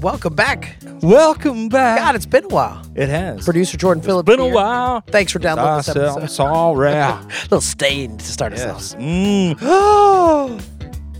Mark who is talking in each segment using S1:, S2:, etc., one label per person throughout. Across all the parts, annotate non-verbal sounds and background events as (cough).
S1: Welcome back.
S2: Welcome back.
S1: God, it's been a while.
S2: It has. Ah,
S1: Producer Jordan Phillips.
S2: been a
S1: here.
S2: while.
S1: Thanks for downloading this episode.
S2: I'm sorry.
S1: (laughs) A little stained to start us off.
S2: Mm. (gasps)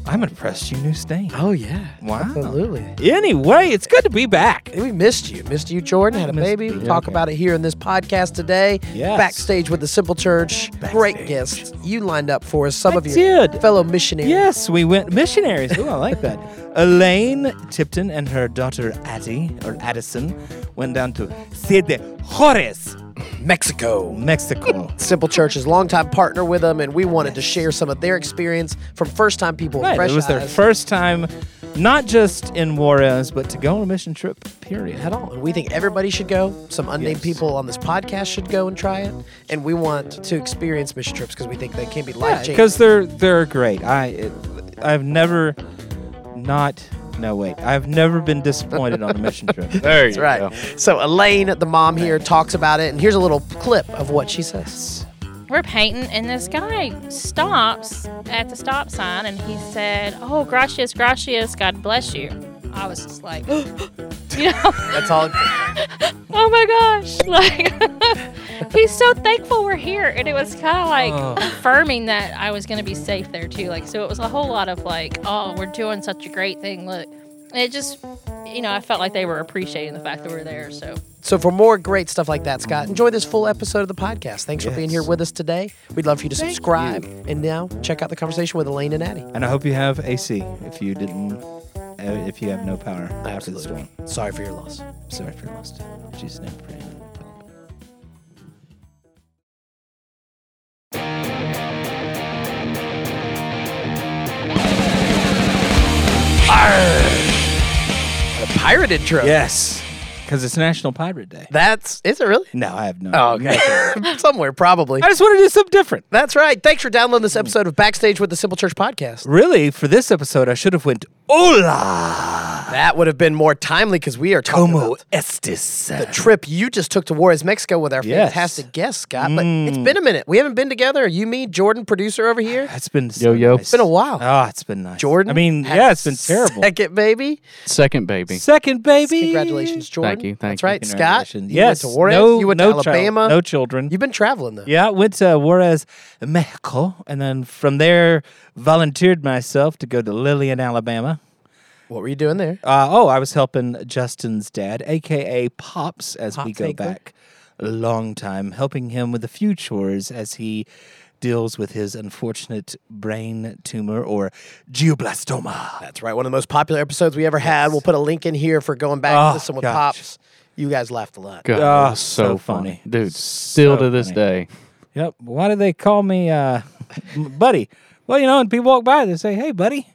S2: I'm impressed you knew Stain.
S1: Oh yeah.
S2: Wow.
S1: Absolutely.
S2: (gasps) Anyway, it's good to be back.
S1: We missed you. Missed you, Jordan. Had a
S2: Missed
S1: baby.
S2: you.
S1: We'll talk
S2: Okay.
S1: about it here in this podcast today.
S2: Yes.
S1: Backstage with the Simple Church. Great
S2: Backstage.
S1: guests. You lined up for us. Some
S2: I
S1: of your
S2: did.
S1: fellow missionaries.
S2: Yes, we went missionaries. Ooh, I like that. (laughs) Elaine Tipton and her daughter Addie, or Addison, went down to Siete Jores,
S1: Mexico.
S2: (laughs) Mexico.
S1: Simple Church is a longtime partner with them, and we wanted to share some of their experience from first time people. with
S2: right,
S1: fresh
S2: it was their
S1: eyes
S2: first time, not just in Juarez, but to go on a mission trip, period.
S1: At all. And we think everybody should go. Some unnamed
S2: Yes.
S1: people on this podcast should go and try it. And we want to experience mission trips because we think they can be life changing.
S2: because they're they're great. I it, I've never not no wait. I've never been disappointed on a mission trip. There
S1: That's right. So Elaine, the mom here, talks about it, and here's a little clip of what she says.
S3: we're painting and this guy stops at the stop sign and he said oh gracias gracias god bless you i was just like (gasps) "Oh you know
S1: That's all.
S3: oh my gosh (laughs) like (laughs) he's so thankful we're here and it was kind of like
S2: Oh.
S3: affirming that i was going to be safe there too like so it was a whole lot of like oh we're doing such a great thing look and it just you know i felt like they were appreciating the fact that we're there so
S1: So for more great stuff like that, Scott, enjoy this full episode of the podcast. Thanks for being
S2: Yes.
S1: here with us today. We'd love for you to subscribe, and now check out the conversation with Elaine and Addie.
S2: And I hope you have AC if you didn't uh, if you have no power after this one.
S1: Sorry for your loss.
S2: Sorry for your lost. Jesus name pray.
S1: A pirate intro.
S2: Yes, because it's National Pirate Day.
S1: That's is it really? (laughs)
S2: No, I have no.
S1: Oh,
S2: idea.
S1: okay. Somewhere probably.
S2: (laughs) I just want to do something different.
S1: That's right. Thanks for downloading this episode of Backstage with the Simple Church podcast.
S2: Really, for this episode, I should have went hola
S1: That would have been more timely because we are talking
S2: como
S1: about
S2: estes.
S1: the trip you just took to Juarez, Mexico with our
S2: Yes.
S1: fantastic guest, Scott. But it's been a minute. We haven't been together. You, me, Jordan, producer over (sighs) here.
S2: It's been so
S4: yo.
S2: nice.
S4: It's
S1: been a while.
S2: Oh, it's been nice.
S1: Jordan.
S2: I mean,
S1: had
S2: yeah, it's been terrible.
S1: Second baby.
S4: Second baby.
S2: Second baby.
S1: Congratulations, Jordan.
S4: you, thank
S1: That's
S4: you.
S1: right, Scott. You
S2: Congratulations. Yes.
S1: went to Juarez.
S2: No,
S1: you went
S2: no
S1: to
S2: child-
S1: Alabama.
S2: no children.
S1: You've been traveling though.
S2: yeah, went to Juarez, Mexico, and then from there volunteered myself to go to Lillian, Alabama.
S1: What were you doing there?
S2: Uh, oh, I was helping Justin's dad, aka Pops, as we
S1: Pops
S2: go
S1: Hagler.
S2: back a long time, helping him with a few chores as he deals with his unfortunate brain tumor or geoblastoma.
S1: That's right. One of the most popular episodes we ever had. We'll put a link in here for going back
S2: Oh,
S1: to listen with
S2: gosh.
S1: Pops. You guys laughed a lot.
S4: God,
S2: Ah,
S4: that was so,
S2: so funny.
S4: funny. Dude, still
S2: So
S4: to this
S2: funny.
S4: day.
S2: Yep. Why do they call me uh, buddy? Well, you know, and people walk by, they say, "Hey, buddy."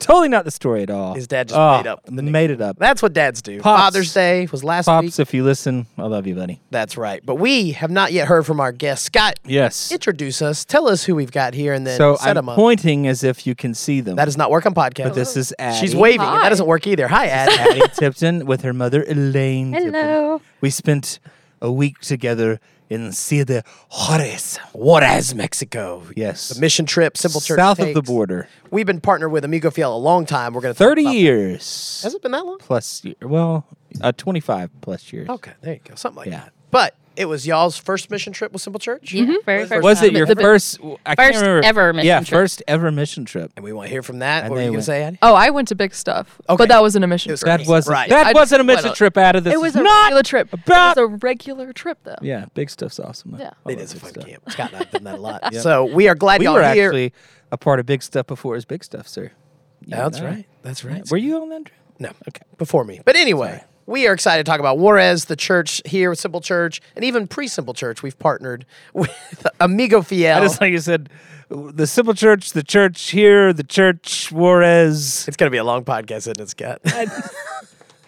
S2: Totally not the story at all. Ah,
S1: His dad just made up the
S2: Made it up.
S1: That's what dads do.
S2: Pops.
S1: Father's Day was last week.
S2: Pops, if you listen, I love you, buddy.
S1: That's right. But we have not yet heard from our guest. Scott,
S2: Yes.
S1: introduce us. Tell us who we've got here and then
S2: so
S1: set
S2: I'm
S1: them up.
S2: pointing as if you can see them.
S1: that does not work on podcast.
S2: but this is Addie.
S1: She's waving. and
S3: Hi.
S1: That doesn't work either. Hi, Ad.
S2: (laughs) Addie Tipton with her mother Elaine. Tipton.
S3: Hello.
S2: We spent a week together in Ciudad Juarez.
S1: Juarez, Mexico.
S2: Yes.
S1: The mission trip, Simple Church.
S2: South of the
S1: takes.
S2: border.
S1: We've been partnered with Amigo Fiel a long time. We're going to
S2: Thirty years.
S1: Has it been that long?
S2: plus year. Well, uh, twenty-five plus years.
S1: Okay, there you go. Something like
S2: Yeah.
S1: that. But it was y'all's first mission trip with Simple Church.
S3: very first
S2: Mm-hmm. Was it
S3: time.
S2: your
S3: Um, The- the-
S2: first? I can't
S3: first
S2: remember.
S3: ever mission
S2: yeah,
S3: trip.
S2: first ever mission trip.
S1: And we want to hear from that.
S2: And
S1: what were you
S2: they
S1: going to
S2: went-
S1: say,
S2: (laughs)
S1: Addie?
S5: Oh, I went to big stuff,
S1: Okay.
S5: but that was an omission trip.
S2: That wasn't
S1: Right.
S2: that
S5: I just-
S2: wasn't a mission
S5: well,
S2: trip out of this.
S5: it was
S2: is
S5: a
S2: not
S5: regular trip.
S2: about-
S5: it was a regular trip, though.
S2: Yeah, big stuff's awesome. though.
S5: Yeah.
S2: I
S1: It
S2: love
S1: is a
S2: big
S1: fun
S2: stuff.
S1: camp. Scott and I've done that a
S2: (laughs)
S1: lot. So we are glad
S2: We
S1: y'all
S2: were
S1: are here.
S2: actually a part of big stuff before it was big stuff, sir. You and
S1: That's
S2: I.
S1: right. That's right.
S2: Were you on that? trip?
S1: No. Okay. Before me. But anyway, we are excited to talk about Juarez, the church here with Simple Church, and even pre Simple Church. We've partnered with (laughs) Amigo Fiel.
S2: I just like you said, the simple church, the church here, the church Juarez.
S1: it's going to be a long podcast, isn't it, (laughs) Scott?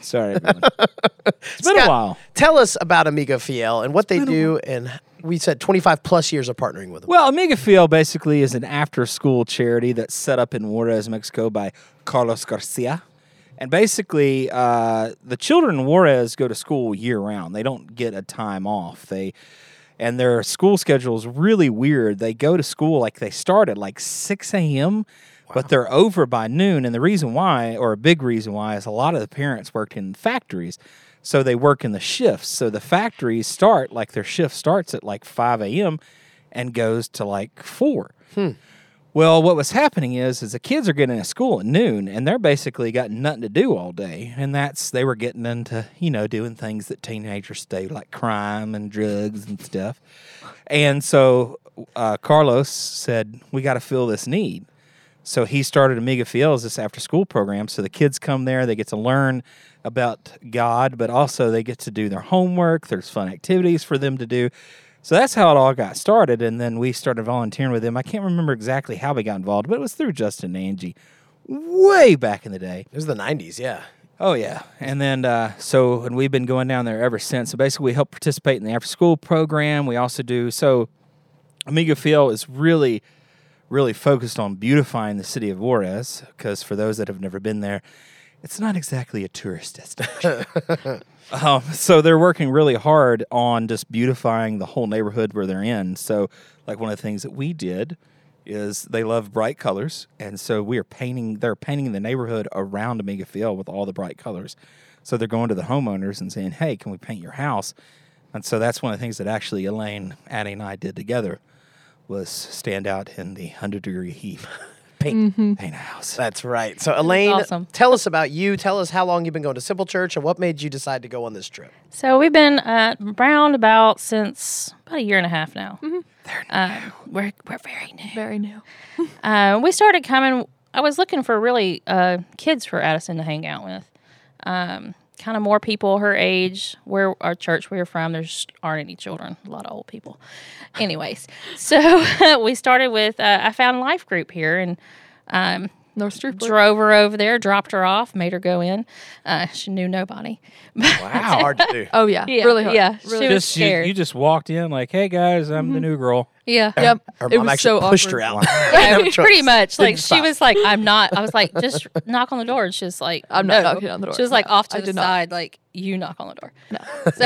S2: Sorry, (laughs) everyone. it's been
S1: Scott,
S2: a while.
S1: Tell us about Amigo Fiel and what they do. And we said 25 plus years of partnering with them.
S2: Well, Amiga Fiel basically is an after school charity that's set up in Juarez, Mexico by Carlos Garcia. And basically, uh, the children in Juarez go to school year round. They don't get a time off. They and their school schedule is really weird. They go to school like they start at like six a.m. but they're over by noon. And the reason why, or a big reason why, is a lot of the parents worked in factories. So they work in the shifts. So the factories start, like their shift starts at like 5 a.m. and goes to like 4. Well, what was happening is, is the kids are getting to school at noon, and they're basically got nothing to do all day, and that's they were getting into you know doing things that teenagers do, like crime and drugs and stuff. And so uh, Carlos said, "We got to fill this need." So he started Amiga Fields, this after school program. So the kids come there, they get to learn about God, but also they get to do their homework. There's fun activities for them to do. So that's how it all got started. And then we started volunteering with them. I can't remember exactly how we got involved, but it was through Justin and Angie way back in the day.
S1: It was the 90s, yeah.
S2: Oh yeah, and then uh, so and we've been going down there ever since. So basically, we help participate in the after school program. We also do so. Amiga Fiel is really, really focused on beautifying the city of Juarez because for those that have never been there, it's not exactly a tourist destination. um, so they're working really hard on just beautifying the whole neighborhood where they're in. So like one of the things that we did is they love bright colors, and so we are painting. They're painting the neighborhood around Amiga Field with all the bright colors. So they're going to the homeowners and saying, "Hey, can we paint your house?" And so that's one of the things that actually Elaine, Addie, and I did together was stand out in the hundred degree heat, (laughs)
S1: Paint.
S3: Mm-hmm.
S2: paint a house.
S1: That's right. So, Elaine,
S3: awesome.
S1: tell us about you. Tell us how long you've been going to Simple Church and what made you decide to go on this trip.
S3: So we've been at round about since about a year and a half now.
S5: Mm-hmm.
S3: Uh, we're we're very new.
S5: Very new.
S3: Uh, we started coming. I was looking for really uh, kids for Addison to hang out with. Um, kind of more people her age, where our church we were from, there just aren't any children, a lot of old people. (laughs) Anyways, so we started with, uh, I found Life Group here and um,
S5: North Street.
S3: drove her over there, dropped her off, made her go in. Uh, she knew nobody.
S1: That's hard to
S3: (laughs)
S1: do.
S5: Oh yeah. Really hard.
S3: Yeah,
S5: Really.
S3: she
S5: hard.
S3: was
S2: Just you,
S3: scared. Mm-hmm.
S2: you just walked in like, "Hey guys, I'm the new girl."
S3: yeah.
S5: Yep.
S1: Her
S5: it
S1: mom
S5: was
S1: actually
S5: so
S1: pushed
S5: awkward.
S1: her out.
S3: Yeah,
S1: Never trust.
S3: pretty much.
S1: Didn't
S3: Like she
S1: stop.
S3: was like, "I'm not." I was like, "Just knock on the door." And she was like,
S5: I'm not
S3: "No."
S5: knocking on the door.
S3: She was like
S5: No,
S3: off to
S5: I
S3: the
S5: did not.
S3: side, like you knock on the door. (laughs) No. So,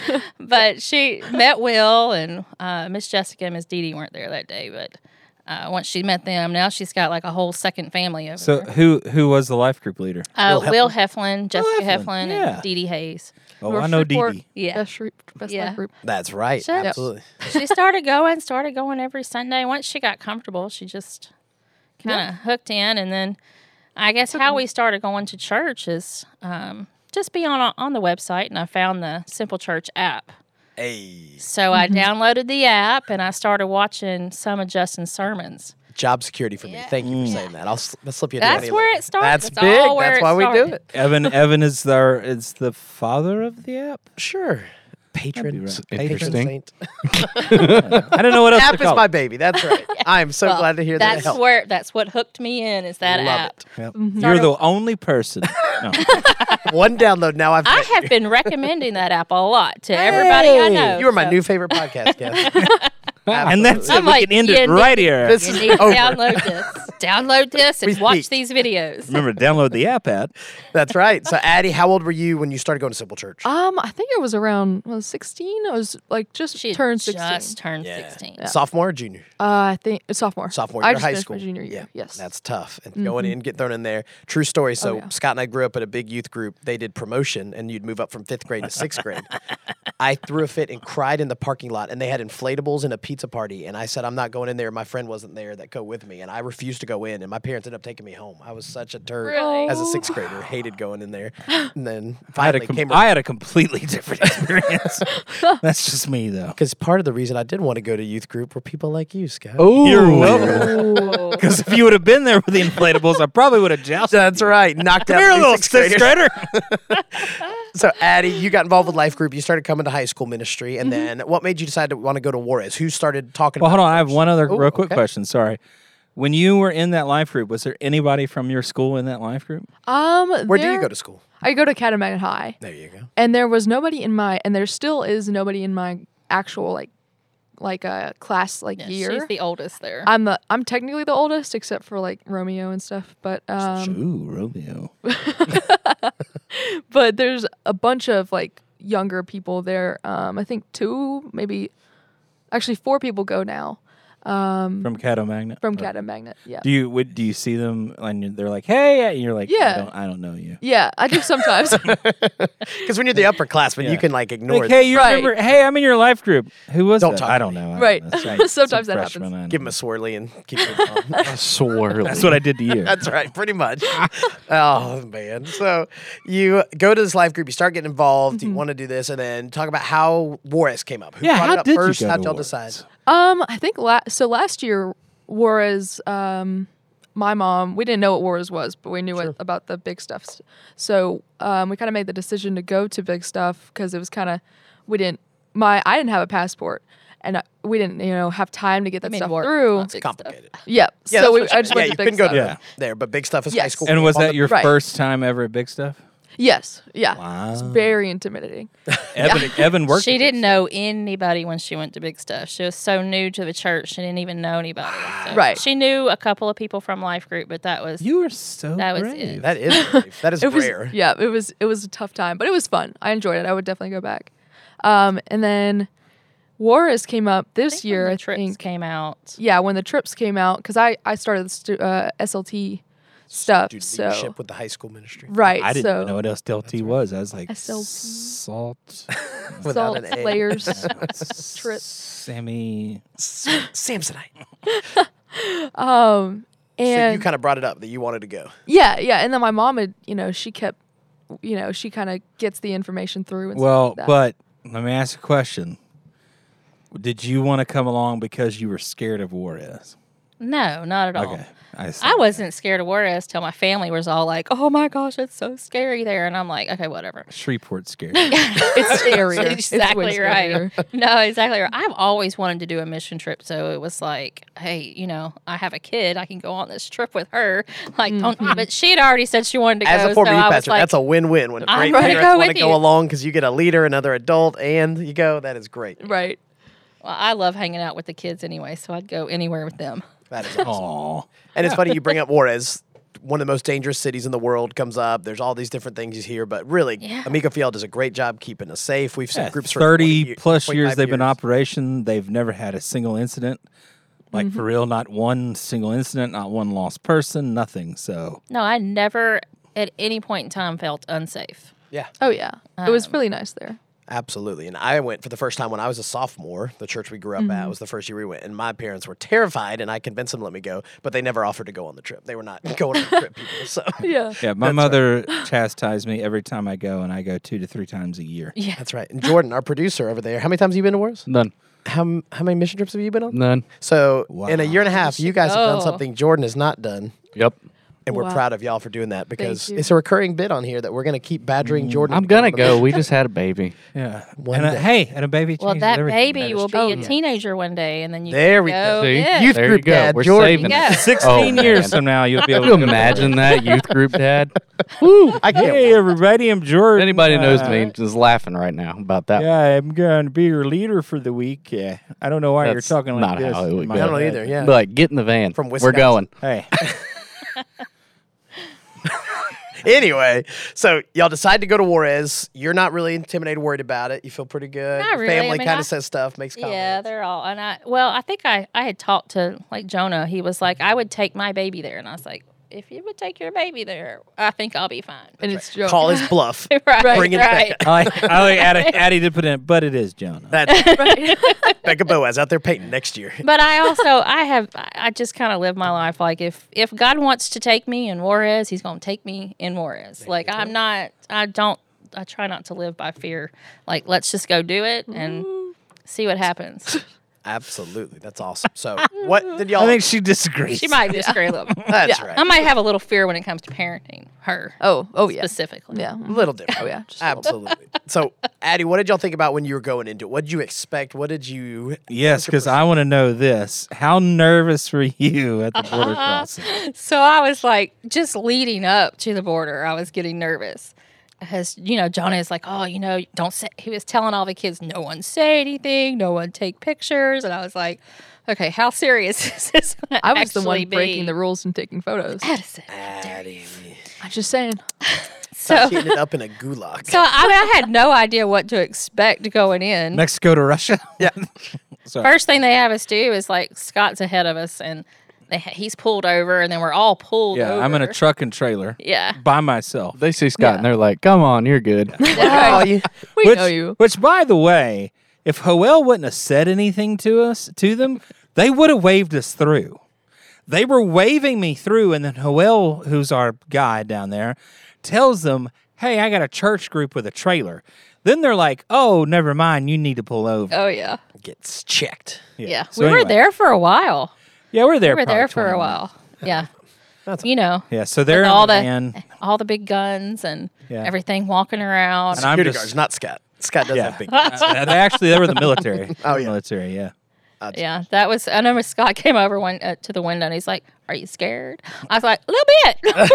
S3: (laughs) but she met Will and uh, Miss Jessica and Miss Dee Dee weren't there that day. But uh, once she met them, now she's got like a whole second family
S2: (laughs)
S3: over
S2: So
S3: there.
S2: who who was the life group leader?
S3: Uh, Will Heflin, Jessica
S2: Heflin,
S3: Heflin,
S2: yeah.
S3: and Dee Dee Hayes.
S2: Oh,
S5: North
S2: I know Dee
S5: Shreveport
S2: Dee.
S3: Yeah.
S5: Best street. Best
S3: Yeah.
S5: life group.
S1: That's right.
S3: Shut up.
S1: Absolutely.
S3: she started going, started going every Sunday. Once she got comfortable, she just kind of hooked in. And then I guess how we started going to church is um, just be on on the website, and I found the Simple Church app.
S1: Hey,
S3: So I downloaded the app and I started watching some of Justin's sermons.
S1: job security for me. Thank you for saying that. I'll, s- I'll slip you. a
S3: That's
S1: nanny
S3: where
S1: later.
S3: it starts.
S1: That's
S3: That's
S1: big.
S3: all where
S1: That's
S3: it
S1: why we do
S3: started.
S1: it. (laughs)
S2: Evan Evan is the is the father of the app.
S1: Sure. Patron,
S2: right.
S1: s-
S4: Interesting.
S1: saint.
S2: I don't know what else
S1: App is
S2: to call
S1: my
S2: it.
S1: baby. That's right.
S3: (laughs)
S1: I'm so
S3: Well,
S1: glad to hear that.
S3: that's
S1: help.
S3: where that's what hooked me in is that
S1: Love
S3: app.
S1: it.
S2: Yep. You're the
S1: (laughs)
S2: only person. No.
S1: One download now. I've.
S3: I have been recommending that app a lot to everybody I
S2: Hey!
S3: know.
S1: you are my
S3: so
S1: new favorite
S3: (laughs)
S1: podcast guest.
S2: (laughs) and that's it.
S3: I'm
S2: we
S3: like,
S2: can end
S3: yeah,
S2: it right here.
S1: this
S3: You
S1: is
S3: need
S1: (laughs)
S3: to
S1: over.
S3: download this. Download this and
S1: Oh. We
S3: watch
S1: peaked.
S3: these videos.
S2: Remember, to download the app at
S1: That's right. So, Addie, how old were you when you started going to Simple Church?
S5: Um, I think I was around well, 16. I was like just
S3: She
S5: turned 16.
S3: just turned
S1: Yeah.
S3: 16.
S1: Sophomore, or junior,
S5: uh, I think sophomore.
S1: sophomore
S5: I
S1: year,
S5: just
S1: high
S5: finished
S1: school,
S5: My junior year. yes. Mm-hmm. Oh,
S1: that's tough. And going in, get thrown in there. True story. So
S5: yeah.
S1: Scott and I grew up at a big youth group. They did promotion, and you'd move up from fifth grade to sixth
S5: (laughs)
S1: grade. I threw a fit and cried in the parking lot, and they had inflatables and a pizza party. And I said, "I'm not going in there." My friend wasn't there that go with me, and I refused to go in. And my parents ended up taking me home. I was such a turd
S3: Really?
S1: as a sixth grader. Hated going in
S5: (gasps)
S1: there. And then
S2: I had, a
S1: finally
S2: com-
S1: came.
S2: I had a completely different (laughs) experience. That's just me, though.
S1: because part of the reason I did want to go to youth group were people like you, Scott.
S4: Oh,
S2: You're welcome.
S5: Oh.
S2: Because if you would have been there with the inflatables, I probably would have jousted.
S1: That's right. Knocked out
S2: You're a
S1: three
S2: little
S1: sixth
S2: sixth
S1: graders. (laughs)
S2: grader.
S1: So, Addie, you got involved with Life Group. You started coming to high school ministry, and then what made you decide to want to go to Juarez? Who started talking?
S2: Mm-hmm. Well,
S1: about
S2: hold on. I have one other
S1: Ooh,
S2: real quick
S1: okay.
S2: question. Sorry. When you were in that life group, was there anybody from your school in that life group?
S5: (laughs) Um,
S1: Where do you go to school?
S5: I go to Catamaran High,
S1: There you go.
S5: and there was nobody in my, and there still is nobody in my actual like, like a class like
S3: Yeah,
S5: year.
S3: She's the oldest there.
S5: I'm the I'm technically the oldest except for like Romeo and stuff, but um
S2: Ooh, Romeo.
S5: but there's a bunch of like younger people there. Um I think two, maybe actually four people go now. um,
S2: from Cato Magnet.
S5: from
S2: Or-
S5: Cat and Magnet. Yeah.
S2: Do you would do you see them and you- they're like, hey, and you're like, I
S5: Yeah.
S2: don't, I don't know you.
S5: Yeah, I do sometimes.
S2: (laughs)
S5: (laughs)
S1: Because when you're the upperclassman,
S2: Yeah.
S1: you can like ignore
S2: like,
S1: it.
S2: hey, you
S5: Right.
S2: remember? Hey, I'm in your life group. Who was
S1: Don't
S2: that?
S1: talk
S2: I
S1: to
S2: don't know. I don't
S5: Right.
S2: know. It's like some
S5: Sometimes that
S2: freshman I
S1: Give him
S2: know.
S1: a swirly and keep moving on.
S2: (laughs)
S4: Swirly.
S2: That's what I did to you.
S1: That's right, pretty
S2: (laughs)
S1: much. oh man. So you go to this life group, you start getting involved, you want to do this, and then talk about how Warres came up. Who
S2: Mm-hmm. Yeah,
S1: brought
S2: how
S1: it up
S2: did you
S1: first?
S2: go
S1: How'd
S2: to
S1: y'all
S2: Warres?
S1: decide?
S5: um, I think la- so. Last year, Juarez, um, my mom, we didn't know what Juarez was, but we knew it, about the big stuff. So um, we kind of made the decision to go to big stuff because it was kind of we didn't. My I didn't have a passport, and I, we didn't you know have time to get that
S3: mean,
S5: stuff
S3: war-
S5: through.
S3: lots of good stuff.
S1: Complicated.
S5: Yep.
S1: Yeah,
S5: so
S1: that's
S5: we,
S1: what
S5: I
S1: you-
S5: just
S1: yeah,
S5: went
S1: you
S5: to big
S1: couldn't go
S5: stuff.
S1: to
S2: Yeah.
S1: there, but big stuff is high
S5: Yes.
S1: school.
S2: And was
S1: All (laughs)
S2: that
S1: the-
S2: your
S5: Right.
S2: first time ever at Big Stuff?
S5: Yes. Yeah. It's
S2: Wow.
S5: very intimidating.
S2: Evan, Evan worked.
S3: She
S2: at Big
S3: didn't know anybody when she went to Big Stuff. She was so new to the church, she didn't even know anybody. So
S5: Right.
S3: She knew a couple of people from Life Group, but that was
S2: Stuff. You were so
S3: That was
S2: brave.
S3: it.
S1: That
S2: (laughs)
S1: is brave. that is
S5: it was
S1: rare.
S5: yeah it was it was a tough time but it was fun i enjoyed it i would definitely go back um and then Juarez came up
S3: I
S5: this
S3: think when
S5: year
S3: the
S5: i
S3: trips
S5: think
S3: came out.
S5: yeah when the trips came out because i i started the stu- uh, slt stuff
S1: Dude,
S5: so
S1: leadership with the high school ministry.
S5: right
S2: I didn't
S5: so
S2: even know what SLT was. I was like,
S5: SLT.
S2: salt.
S1: Without
S5: salt
S1: an A. (laughs)
S3: (laughs)
S5: layers trips
S2: Sammy.
S1: S-
S3: (laughs)
S1: Samsonite.
S5: um
S1: so you
S5: and
S1: kind of brought it up that you wanted to go.
S5: yeah yeah and then my mom had you know she kept you know she kind of gets the information through and stuff
S2: Well,
S5: like that.
S2: but let me ask a question. Did you want to come along because you were scared of war is?
S3: No, not at all.
S2: Okay. I, see.
S3: I wasn't scared of Juarez till my family was all like, "Oh my gosh, it's so scary there," and I'm like, "Okay, whatever."
S2: Shreveport scared.
S3: (laughs)
S5: it's scarier (laughs) It's way
S3: exactly
S5: scarier.
S3: right. (laughs) No, exactly right. I've always wanted to do a mission trip, so it was like, hey, you know, I have a kid, I can go on this trip with her. (laughs) Like, don't, but she had already said she wanted to
S1: As
S3: go.
S1: a former
S3: so
S1: youth
S3: I was
S1: pastor,
S3: like,
S1: that's a win-win. When
S3: I'm
S1: great
S3: gonna
S1: parents
S3: go
S1: want to
S3: with
S1: go
S3: you.
S1: along because you get a leader, another adult, and you go. That is great.
S5: right
S3: well, I love hanging out with the kids anyway, so I'd go anywhere with them.
S1: That is awesome.
S2: Aw.
S1: And it's funny you bring up Juarez, one of the most dangerous cities in the world, comes up. There's all these different things you hear, but really,
S3: Yeah.
S1: Amico Fiel does a great job keeping us safe. We've sent
S2: Yeah,
S1: groups for
S2: 30
S1: 20
S2: plus years
S1: 25
S2: they've been in operation. They've never had a single incident. Like
S3: Mm-hmm.
S2: for real, not one single incident, not one lost person, nothing. So
S3: No, I never at any point in time felt unsafe.
S1: Yeah,
S5: oh yeah it
S3: Um,
S5: was really nice there
S1: absolutely. And I went for the first time when I was a sophomore. The church we grew up
S5: Mm-hmm.
S1: at was the first year we went, and my parents were terrified, and I convinced them to let me go, but they never offered to go on the trip. They were
S5: (laughs)
S1: not going on the trip, people. So
S5: yeah
S2: yeah, my mother (laughs) chastised me every time I go, and I go two to three times a year.
S1: (laughs) that's right. And Jordan, our producer over there, how many times have you been to Juarez?
S4: None.
S1: How m- how many mission trips have you been on?
S4: None.
S1: So in a year and a half, you guys have done
S3: go.
S1: something Jordan has not done.
S4: Yep.
S1: And we're
S5: Oh. Wow.
S1: proud of y'all for doing that because
S5: you.
S1: it's a recurring bit on here that we're going to keep badgering Jordan.
S4: Mm, I'm
S1: to go
S4: gonna
S1: on the-
S4: go. We just had a baby.
S2: Yeah,
S1: One
S2: and a,
S1: day.
S2: hey, and a baby.
S3: Well,
S2: changes
S3: that
S2: everything.
S3: baby
S2: is
S3: will
S2: true.
S3: be a teenager one day, and then you
S1: There
S3: can
S1: we go.
S3: go.
S4: See?
S3: Oh, yeah.
S1: Youth
S4: there
S1: group
S4: you go.
S1: dad,
S4: We're
S1: Jordan.
S4: saving
S3: Yeah.
S4: it.
S2: Sixteen
S4: Oh,
S2: years
S4: man.
S2: from now, you'll be able
S4: Could you
S2: to
S4: imagine that youth group (laughs) dad?
S2: Woo!
S1: I can't
S2: Hey,
S1: wait.
S2: everybody, I'm Jordan.
S4: Anybody who knows
S2: Uh,
S4: me is laughing right now about that.
S2: Yeah, I'm going to be your leader for the week. Yeah, I don't know why
S4: That's
S2: you're talking like
S4: not
S2: this.
S4: how it would
S2: in my
S1: I
S4: go.
S1: don't know
S2: head.
S1: either. Yeah.
S4: Be Like, get in the van.
S1: From
S4: we're
S1: Wisconsin.
S4: going.
S2: Hey, (laughs)
S1: (laughs) anyway, so y'all decide to go to Juarez. You're not really intimidated, worried about it. You feel pretty good.
S3: Not
S1: Your
S3: really. I
S1: Family
S3: mean,
S1: kind
S3: I-
S1: of says stuff, makes comments.
S3: Yeah, they're all and I well, I think I I had talked to like Jonah. He was like, I would take my baby there, and I was like, if you would take your baby there, I think I'll be fine.
S5: and it's Joe.
S1: Call
S3: (laughs)
S1: his bluff.
S3: right,
S1: Bring it
S3: right.
S2: I like, I like Addie, Addie did put in, but it is Jonah.
S3: (laughs)
S1: That's
S5: Right.
S1: Becca Boaz out there painting next year.
S3: But I also (laughs) I have I I just kind of live my life like if if God wants to take me in Juarez, He's gonna take me in Juarez. like I'm not I don't I try not to live by fear. Like let's just go do it and see what
S5: (laughs)
S3: happens.
S1: Absolutely. That's awesome. So
S3: (laughs)
S1: what did y'all?
S2: I think she disagrees.
S3: She might disagree a little. bit.
S1: That's
S5: yeah.
S1: right.
S3: I might have a little fear when it comes to parenting her
S5: oh oh yeah
S3: specifically.
S5: yeah
S1: a little different.
S5: oh yeah just a little bit.
S1: Absolutely. So, Addie, what did y'all think about when you were going into it? What did you expect? What did you?
S2: Yes, because I want to know this. How nervous were you at the
S1: (laughs)
S2: border crossing?
S3: So I was like, just leading up to the border, I was getting nervous. Because, you know, John is like, oh, you know, don't say, he was telling all the kids, no one say anything, no one take pictures. And I was like, okay, how serious (laughs) is this? gonna
S5: i was the one
S3: actually be? (laughs)
S5: breaking the rules and taking photos
S3: Madison.
S1: Addie,
S5: i'm just saying
S3: So,
S1: she ended up
S3: (laughs)
S1: in a gulag.
S3: so I, mean, I had no idea what to expect going in.
S2: Mexico to Russia? (laughs)
S1: yeah,
S2: So
S3: First thing they have us do is like Scott's ahead of us and they, ha- he's pulled over and then we're all pulled
S2: yeah, I'm in a
S3: over.
S2: truck and trailer
S3: Yeah.
S2: by myself.
S4: They see Scott
S5: Yeah.
S4: and they're like, "Come on, you're good."
S1: Oh, you-
S5: we
S2: which,
S5: know you.
S2: Which, by the way, if Hoel wouldn't have said anything to us, to them, they would have waved us through. They were waving me through, and then Hoel, who's our guy down there, tells them, "Hey, I got a church group with a trailer." Then they're like, "Oh, never mind. You need to pull over."
S3: Oh yeah.
S1: gets checked.
S3: Yeah.
S2: So
S3: we were
S2: anyway.
S3: there for a while.
S2: Yeah, we're there.
S3: We were
S2: probably
S3: there for
S2: 20
S3: a
S2: minutes.
S3: while.
S2: (laughs)
S3: Yeah. you know.
S2: Yeah, so they're
S3: with
S2: in
S3: all
S2: the
S3: the
S2: van,
S3: all the big guns and
S2: Yeah.
S3: everything walking around.
S2: and I'm
S1: Security
S2: just-
S1: guards, not Scott. Scott does
S2: Yeah.
S3: (laughs)
S1: have big.
S2: Uh, (laughs) they actually they were in the military.
S1: Oh, yeah.
S2: military. Yeah.
S3: yeah, that was. I remember Scott (laughs) came over one uh, to the window and he's like, "Are you scared?" I was like, "A little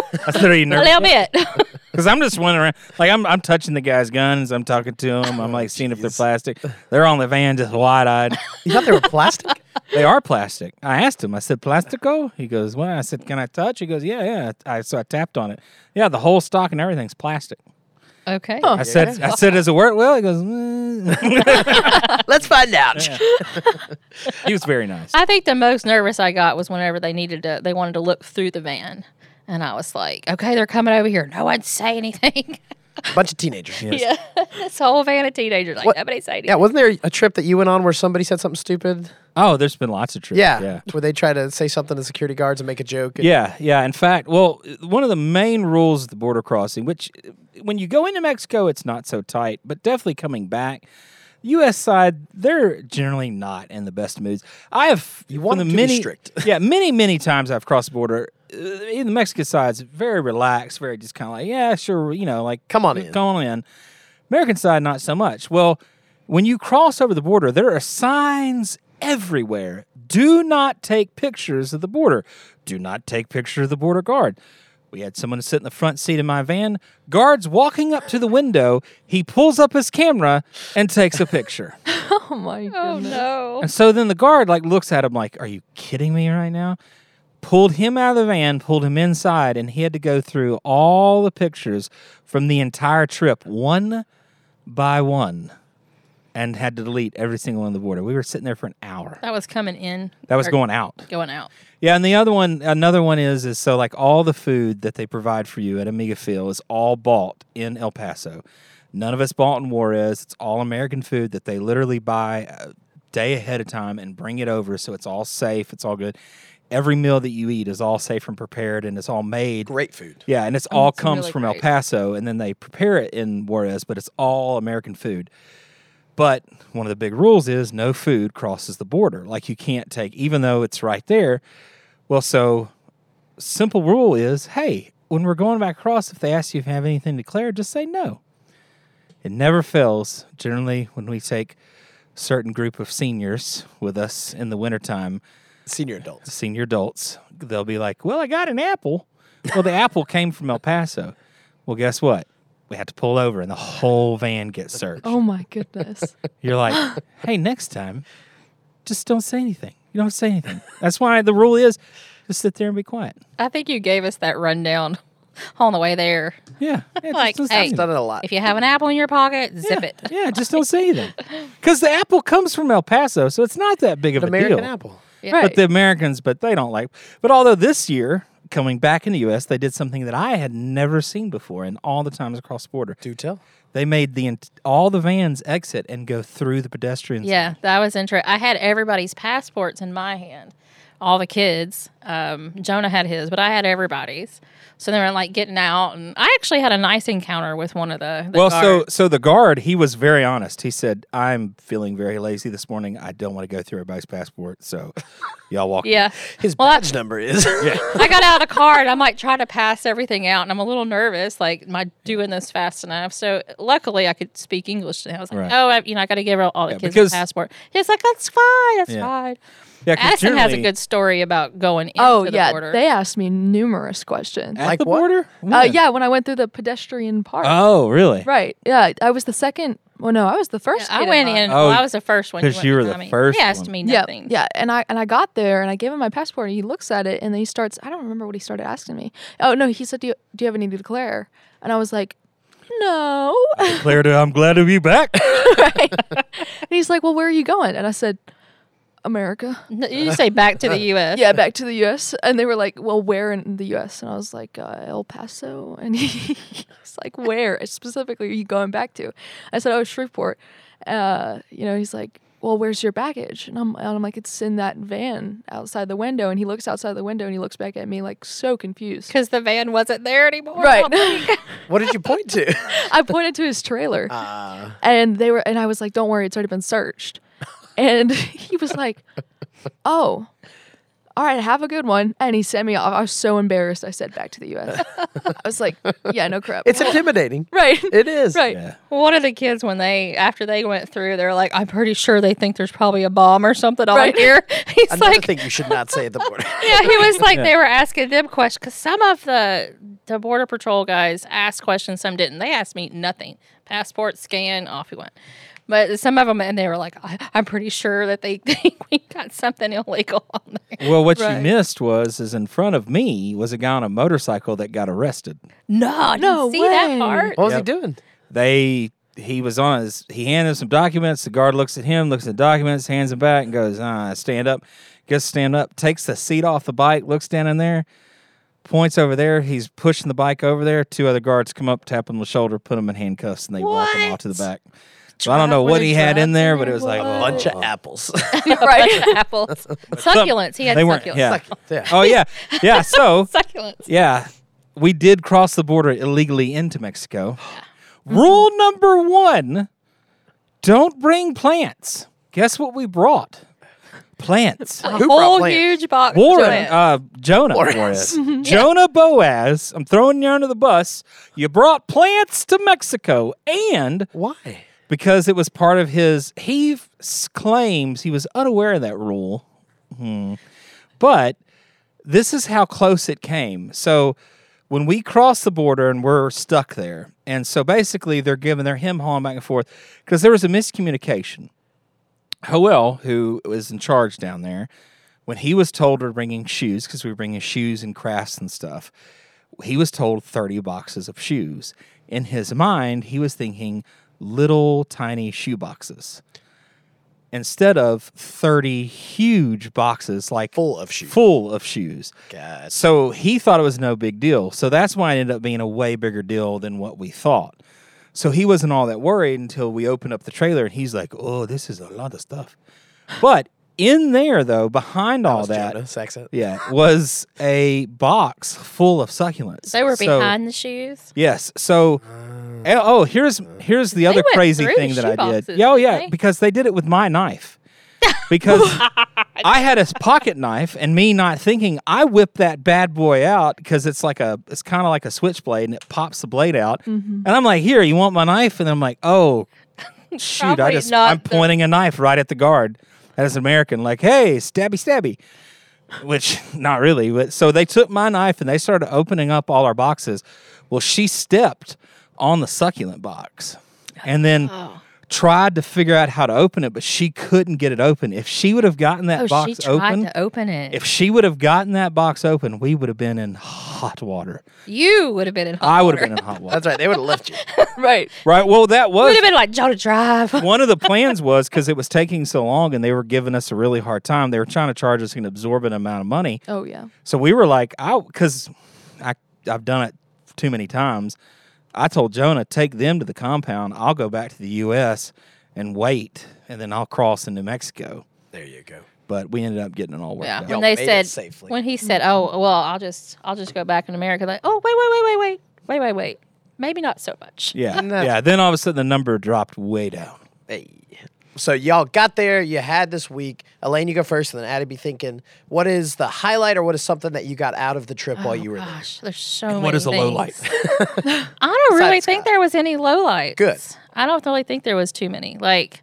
S3: bit, (laughs)
S2: That's very (laughs)
S3: a
S2: nervous. (laughs)
S3: little bit."
S2: Because I'm just wondering, around. like I'm, I'm touching the guy's guns, I'm talking to him, I'm like seeing if they're plastic. They're on the van, just wide eyed.
S1: You thought they were
S2: (laughs)
S1: plastic?
S2: they are plastic. I asked him. I said, "Plastico?" He goes, "Well," I said, "Can I touch?" He goes, "Yeah, yeah." I, so I tapped on it. Yeah, the whole stock and everything's plastic.
S3: okay.
S2: I said, "I said, does it work well?" He goes, "Mm." (laughs)
S1: Let's find out.
S2: "He was very nice."
S3: I think the most nervous I got was whenever they needed to. They wanted to look through the van, and I was like, "Okay, they're coming over here. No one say anything." (laughs)
S1: Bunch of teenagers. Yeah.
S3: yeah, this whole van of teenagers like
S1: What-
S3: nobody say anything.
S1: wasn't there a trip that you went on where somebody said something stupid?
S2: Oh, there's been lots of trips.
S1: Yeah,
S2: yeah.
S1: where they try to say something to security guards and make a joke. and-
S2: Yeah, yeah. In fact, well, one of the main rules of the border crossing, which uh, when you go into Mexico, it's not so tight, but definitely coming back. U.S. side, they're generally not in the best moods. I have
S1: You want
S2: from the
S1: them to be
S2: many,
S1: strict.
S2: (laughs) yeah, many many times I've crossed the border. uh, In the Mexican side, it's very relaxed, very just kind of like, yeah, sure, you know, like
S1: Come on in.
S2: come on in. American side, not so much. Well, when you cross over the border, there are signs everywhere. Do not take pictures of the border. Do not take pictures of the border guard. We had someone sit in the front seat of my van. Guards walking up to the window. He pulls up his camera and takes a picture.
S5: (laughs) Oh my
S3: Oh
S5: goodness.
S3: no!
S2: And so then the guard like looks at him like, "Are you kidding me right now?" Pulled him out of the van, pulled him inside, and he had to go through all the pictures from the entire trip, one by one, and had to delete every single one of the border. We were sitting there for an hour.
S3: That was coming in.
S2: That was
S3: or
S2: going out.
S3: going out.
S2: Yeah, and the other one, another one is is so like all the food that they provide for you at Amiga Phil is all bought in El Paso. None of it's bought in Juarez. It's all American food that they literally buy a day ahead of time and bring it over, so it's all safe. It's all good. Every meal that you eat is all safe and prepared, and it's all made.
S1: great food.
S2: Yeah, and it's all
S3: that's
S2: comes
S3: Oh, really
S2: from El
S3: great.
S2: Paso, and then they prepare it in Juarez, but it's all American food. But one of the big rules is no food crosses the border. Like you can't take, even though it's right there. Well, so simple rule is, hey, when we're going back across, if they ask you if you have anything declared, just say no. It never fails. Generally, when we take certain group of seniors with us in the wintertime,
S1: Senior adults.
S2: senior adults, they'll be like, "Well, I got an apple." Well, the apple came from El Paso. Well, guess what? We had to pull over, and the whole van gets searched.
S5: Oh my goodness.
S2: You're
S3: (gasps)
S2: like, "Hey, next time, just don't say anything. You don't say
S3: (laughs)
S2: anything." That's why the rule is, just sit there and be quiet.
S3: I think you gave us that rundown (laughs) on the way there.
S2: Yeah, yeah
S3: Like,
S2: just don't
S3: hey,
S2: say
S1: Done
S2: anything.
S1: it a lot.
S3: If you have an apple in your pocket, (laughs) zip
S2: yeah,
S3: it.
S2: yeah, just don't say anything, because the apple comes from El Paso, so it's not that big of
S1: An
S2: a
S1: American
S2: deal.
S1: apple.
S5: Right.
S2: But the Americans, but they don't like. But although this year, coming back in the U.S., they did something that I had never seen before, in all the times across the border,
S1: Do tell.
S2: they made the ent- all the vans exit and go through the pedestrians.
S3: (laughs) Yeah, that was interesting. I had everybody's passports in my hand, all the kids. Um, Jonah had his, but I had everybody's. So they were like getting out, and I actually had a nice encounter with one of the. the
S2: Well, so
S3: guards.
S2: so the guard, he was very honest. He said, "I'm feeling very lazy this morning. I don't want to go through everybody's passport, so y'all (laughs) walk."
S3: yeah,
S1: His
S3: Well,
S1: badge number
S2: (laughs)
S1: is.
S3: I got out of the car and I'm like trying to pass everything out, and I'm a little nervous. Like, am I doing this fast enough? So luckily, I could speak English. And I was like,
S2: Right.
S3: oh, I, you know, I got to give all, all the
S2: Yeah,
S3: kids
S2: because-
S3: a passport. He's like, that's fine, that's
S2: Yeah.
S3: fine.
S2: Yeah, 'cause
S3: Addison has a
S2: generally-
S3: good story about going into
S5: oh
S3: the
S5: yeah.
S3: border.
S5: They asked me numerous questions.
S2: at
S1: Like
S2: the
S1: what?
S2: border.
S5: Uh,
S2: When?
S5: yeah, when I went through the pedestrian park.
S2: Oh, really?
S5: Right. Yeah, I was the second. Well, no, I was the first.
S3: I
S5: kid
S3: went
S5: line.
S3: in.
S2: Oh,
S3: well, I was the first one.
S2: 'cause
S3: went
S2: you were the
S3: behind me.
S2: first
S3: He asked
S2: one.
S3: me
S5: Yeah,
S3: nothing.
S5: yeah, and I and I got there and I gave him my passport and he looks at it and then he starts. I don't remember what he started asking me. Oh no, he said, "Do you, do you have anything to declare?" And I was like, "No." (laughs)
S2: (laughs) Claire, I'm glad to be back.
S5: And he's like, "Well, where are you going?" And I said, America.
S3: No, You say
S2: (laughs)
S3: back to the U.S.
S5: Yeah, back to the U.S. And they were like, "Well, where in the U.S.?" And I was like, uh, "El Paso." (laughs) And he, he's like, "Where specifically are you going back to?" I said, "Oh, Shreveport." Uh, you know, he's like, "Well, where's your baggage?" And I'm, and I'm like, "It's in that van outside the window." And he looks outside the window and he looks back at me like so confused.
S3: because the van wasn't there anymore.
S5: Right.
S1: (laughs)
S5: (laughs)
S1: What did you point to?
S5: I pointed to his trailer.
S1: Uh,
S5: and they were and I was like, "Don't worry, it's already been searched." And (laughs) he was like, "Oh, all right, have a good one." And he sent me off. I was so embarrassed. I said back to the U.S. (laughs) I was like, "Yeah, no crap."
S1: it's intimidating.
S5: (laughs)
S2: (laughs)
S5: right,
S1: It is.
S5: right.
S2: Yeah.
S3: (laughs) One of the kids, when they after they went through, they're like, "I'm pretty sure they think there's probably a bomb or something
S5: Right.
S3: on here." (laughs) He's
S1: Another
S3: like,
S1: thing you should not say at the border.
S3: "Yeah." He was like, "They were asking them questions because some of the the border patrol guys asked questions, some didn't. They asked me nothing. Passport scan, off he went." But some of them, and they were like, I, "I'm pretty sure that they (laughs) think we got something illegal on there."
S2: Well, what you
S5: Right.
S2: missed was is in front of me was a guy on a motorcycle that got arrested.
S3: No, I didn't
S5: No
S3: see that
S5: way.
S2: (laughs)
S3: part.
S1: What was
S2: Yep.
S1: he doing?
S2: They he was on his he handed him some documents. The guard looks at him, looks at the documents, hands them back, and goes, "Ah, stand up." Gets to stand up, takes the seat off the bike, looks down in there, points over there. He's pushing the bike over there. Two other guards come up, tap him on the shoulder, put him in handcuffs, and they walk him off to the back. So I don't know
S3: Drop- were
S2: what
S3: there
S2: he had in
S3: drugs
S2: there,
S3: in
S2: but it
S3: there?
S2: was like "Oh,
S5: What?
S1: Bunch of
S2: (laughs)
S1: apples.
S3: right. apples. succulents. He had
S2: they weren't.
S3: succulents.
S2: Yeah.
S1: Like, yeah.
S2: Oh yeah, yeah. So
S3: Succulents.
S2: Yeah. We did cross the border illegally into Mexico. Rule number one don't bring plants. Guess what we brought? Plants.
S3: A
S1: Who brought
S3: whole
S1: plants?
S3: huge box.
S2: Warren,
S3: Joanne.
S2: uh, Jonah Boaz. Jonah Boaz. I'm throwing you under the bus. You brought plants to Mexico. And
S1: Why?
S2: because it was part of his he f- s- claims he was unaware of that rule Hmm. but this is how close it came so when we cross the border and we're stuck there and so basically they're giving their him hawing back and forth because there was a miscommunication Howell, who was in charge down there, when he was told we're bringing shoes, because we were bringing shoes and crafts and stuff, he was told 30 boxes of shoes. In his mind, he was thinking little tiny shoe boxes instead of 30 huge boxes, like
S1: Full of shoes.
S2: Full of shoes.
S1: Gotcha.
S2: So he thought it was no big deal. So that's why it ended up being a way bigger deal than what we thought. So he wasn't all that worried until we opened up the trailer and he's like, oh, this is a lot of stuff. But in there, though, behind all
S1: Was
S2: that,
S1: Jonah's accent.
S2: yeah, was a box full of succulents.
S3: they were
S2: So-
S3: behind the shoes.
S2: Yes. So, eh, oh, here's here's the other
S3: went
S2: crazy
S3: through
S2: thing
S3: the
S2: that I did.
S3: shoeboxes,
S2: yeah, oh
S3: didn't
S2: yeah,
S3: they?
S2: because they did it with my knife.
S3: (laughs)
S2: Because I had a pocket knife, and me not thinking, I whipped that bad boy out because it's like a, it's kind of like a switchblade, and it pops the blade out.
S3: Mm-hmm.
S2: And I'm like, "Here, you want my knife?" And I'm like,
S3: (laughs)
S2: "Oh, shoot! I
S3: Probably
S2: just,
S3: not
S2: I'm
S3: the-
S2: pointing a knife right at the guard as an American, like, hey, stabby, stabby." which (laughs) not really but so they took my knife and they started opening up all our boxes well she stepped on the succulent box and then
S3: Oh,
S2: tried to figure out how to open it but she couldn't get it open if she would have gotten that
S3: Oh, she
S2: box
S3: tried
S2: open
S3: to open it.
S2: if she would have gotten that box open we would have been in hot water
S3: you would have been in. Hot
S2: i would have been in
S3: (laughs)
S2: hot water
S1: That's right. They would have left you.
S5: right.
S2: right well that
S3: Would
S2: was
S3: have been like Joe to drive.
S2: one
S3: (laughs)
S2: of the plans was because it was taking so long and they were giving us a really hard time they were trying to charge us an absorbent amount of money
S5: Oh yeah.
S2: So we were like, I because I I've done it too many times. I told Jonah, take them to the compound. I'll go back to the U.S. and wait, and then I'll cross into Mexico.
S1: There you go.
S2: But we ended up getting it all worked
S3: Yeah.
S2: out.
S3: When they
S1: made it
S3: said
S1: safely.
S3: when he said, "Oh, well, I'll just I'll just go back in America." Like, "Oh, wait, wait, wait, wait, wait. Wait, wait, wait. Maybe not so much."
S2: Yeah, yeah. Then all of a sudden the number dropped way down.
S1: Hey. So y'all got there. You had this week. Elaine, you go first, and then Addie be thinking, what is the highlight or what is something that you got out of the trip while you were there?
S3: Oh, Gosh, there's so many.
S2: what is a low light?
S3: things. I don't really
S1: Besides
S3: think there was any low lights.
S1: Good.
S3: I don't really think there was too many. Like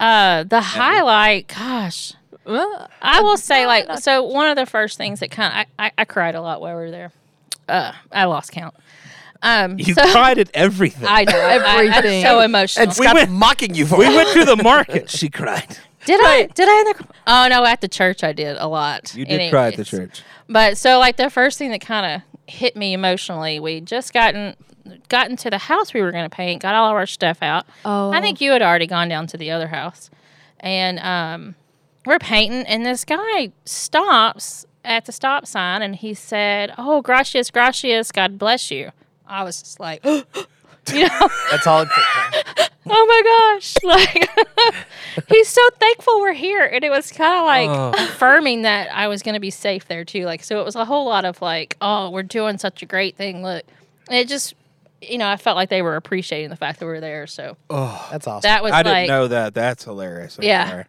S3: uh the highlight, gosh.
S5: Well,
S3: I will say, like, so one of the first things that kind of I, I, I cried a lot while we were there. Uh, I lost count. Um,
S2: You
S3: (laughs) so
S2: cried at everything.
S3: I know everything.
S5: Everything.
S3: I, am so emotional.
S1: And Scott's mocking you for
S2: we
S1: it.
S2: went to the market.
S3: (laughs)
S2: She cried.
S3: did I? Did I? In the, oh no, at the church I did a lot.
S2: You did cry at the
S3: Anyways.
S2: church.
S3: But so like the first thing that kind of hit me emotionally, we just gotten gotten to the house we were going to paint, got all of our stuff out.
S5: Oh.
S3: I think you had already gone down to the other house, and um, we're painting, and this guy stops at the stop sign, and he said, "Oh, gracias, gracias, God bless you." I was just like, (gasps) "You know,
S1: That's all. It
S2: (laughs)
S1: took.
S3: oh my gosh!" (laughs) Like he's so thankful we're here, and it was kind of like
S2: Oh.
S3: affirming that I was going to be safe there too. Like so, it was a whole lot of like, "Oh, we're doing such a great thing." Look, and it just. You know, I felt like they were appreciating the fact that we were there. So
S1: That's awesome.
S3: that was
S2: Oh, I
S3: like,
S2: didn't know that. That's hilarious. right
S3: Yeah.
S2: there.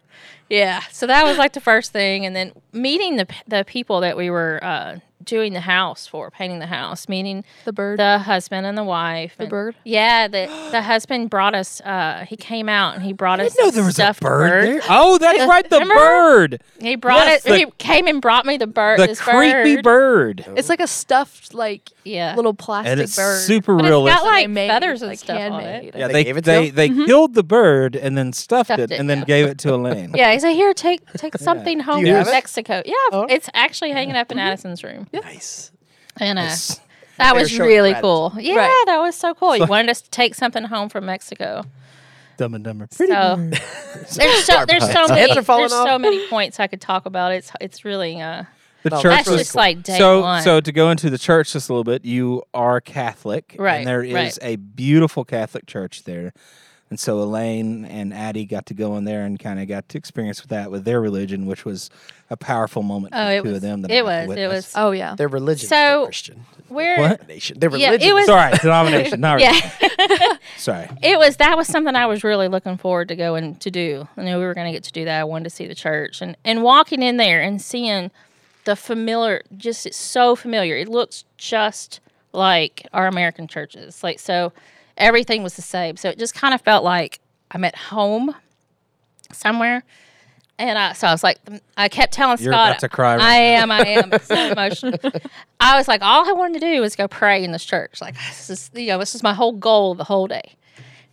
S3: Yeah. So that was like the first thing, and then meeting the p- the people that we were uh, doing the house for, painting the house, meeting
S5: The bird.
S3: the husband and the wife. The
S5: bird?
S3: Yeah. The the husband brought us. Uh, he came out and he brought us.
S2: No, there was a
S3: stuffed
S2: bird, there. Oh, that's right, the
S3: Remember?
S2: bird,
S3: He brought
S2: Yes,
S3: it.
S2: the-
S3: he came and brought me the bird.
S2: the
S3: this
S2: creepy
S3: bird.
S2: bird,
S5: It's like a stuffed like
S3: Yeah.
S5: little plastic
S2: and it's
S5: bird.
S2: super
S3: But it's
S2: realistic.
S3: got like
S5: made,
S3: feathers and
S5: like,
S3: stuff on it.
S5: handmade.
S2: yeah,
S1: They
S2: they
S1: gave it to
S2: they,
S1: him?
S2: they killed the bird and then stuffed,
S3: Mm-hmm. Stuffed
S2: it,
S3: it,
S2: and then
S3: yeah.
S2: gave it to Elaine.
S3: (laughs) Yeah, he said, "Here, take
S2: (laughs)
S3: take something home
S1: you
S3: from
S1: have it?
S3: Mexico." Yeah,
S1: Oh.
S3: it's actually hanging up in
S5: Oh.
S3: Addison's room,
S1: nice.
S3: and uh,
S2: It's-
S3: That
S1: They were
S3: was
S1: showing
S3: really
S1: gratitude.
S3: cool. Yeah,
S5: Right.
S3: that was so cool. You wanted us to take something home from Mexico.
S2: Dumb and Dumber.
S3: So (laughs) there's so there's so many
S1: Heads are falling
S3: there's so
S1: off.
S3: many points I could talk about. It's it's really uh
S2: The
S1: No,
S2: church
S3: that's
S1: That's really
S2: was
S3: just
S1: cool.
S3: like day
S2: so
S3: one.
S2: so to go into the church just a little bit. You are Catholic,
S3: Right,
S2: And there is
S3: right.
S2: a beautiful Catholic church there, and so Elaine and Addie got to go in there and kind of got to experience with that with their religion, which was a powerful moment for
S3: Oh,
S2: the
S3: it
S2: two
S3: was-
S2: of them. That I
S3: it
S2: got to
S3: was- it
S2: witness.
S3: was- oh,
S2: (laughs)
S5: Oh yeah.
S1: Their religion.
S3: So-
S1: So Christian.
S3: we're
S2: what?
S1: Nation. Their
S3: Yeah, it
S1: religion. is
S3: was-
S2: Sorry, denomination.
S3: (laughs)
S2: Not
S3: yeah,
S2: religion. Sorry.
S3: it was that was something I was really looking forward to going to do. I knew we were going to get to do that. I wanted to see the church and and walking in there and seeing the familiar just it's so familiar. It looks just like our American churches. Like so everything was the same. So it just kind of felt like I'm at home somewhere. And I, so I was like, mm, I kept telling
S2: You're
S3: Scott,
S2: about to cry right
S3: I am, I
S2: (laughs)
S3: am, it's so emotional. I was like, all I wanted to do was go pray in this church. Like this is, you know, this is my whole goal the whole day.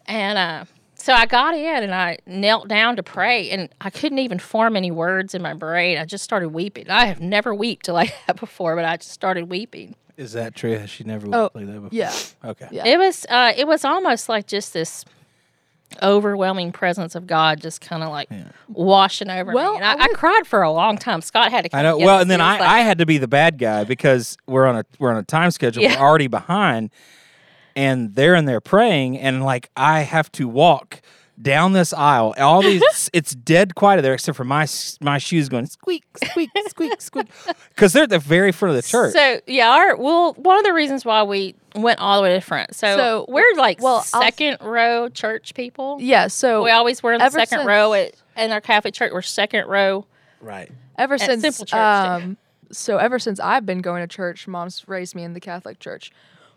S3: And uh, so I got in and I knelt down to pray, and I couldn't even form any words in my brain. I just started weeping. I have never weeped (laughs) like that before, but I just started weeping.
S2: Is that true? Has she never
S5: Oh,
S2: played that before?
S5: Yeah.
S2: Okay.
S5: Yeah.
S3: It was, uh, it was almost like just this overwhelming presence of God, just kind of like washing over
S5: Well,
S3: me. And I,
S5: I
S3: I, cried for a long time. Scott had to. Come
S2: I know.
S3: get
S2: Well,
S3: us.
S2: and then
S3: He
S2: I,
S3: was like,
S2: I had to be the bad guy because we're on a we're on a time schedule.
S3: Yeah.
S2: We're already behind, and they're in there praying, and like I have to walk down this aisle. All
S3: (laughs)
S2: these, it's dead quiet there except for my s- my shoes going squeak squeak squeak squeak because they're at the very front of the church.
S3: So yeah, our well, one of the reasons why we went all the way to the front. So,
S5: So,
S3: we're like
S5: well, I'll-
S3: 2nd row church people.
S5: Yeah. So
S3: we always were in the
S5: ever
S3: second
S5: since-
S3: row at in our Catholic church. We're second row.
S1: Right.
S5: ever
S3: At
S5: since
S3: Simple Church, yeah.
S5: um so ever since I've been going to church, mom's raised me in the Catholic church.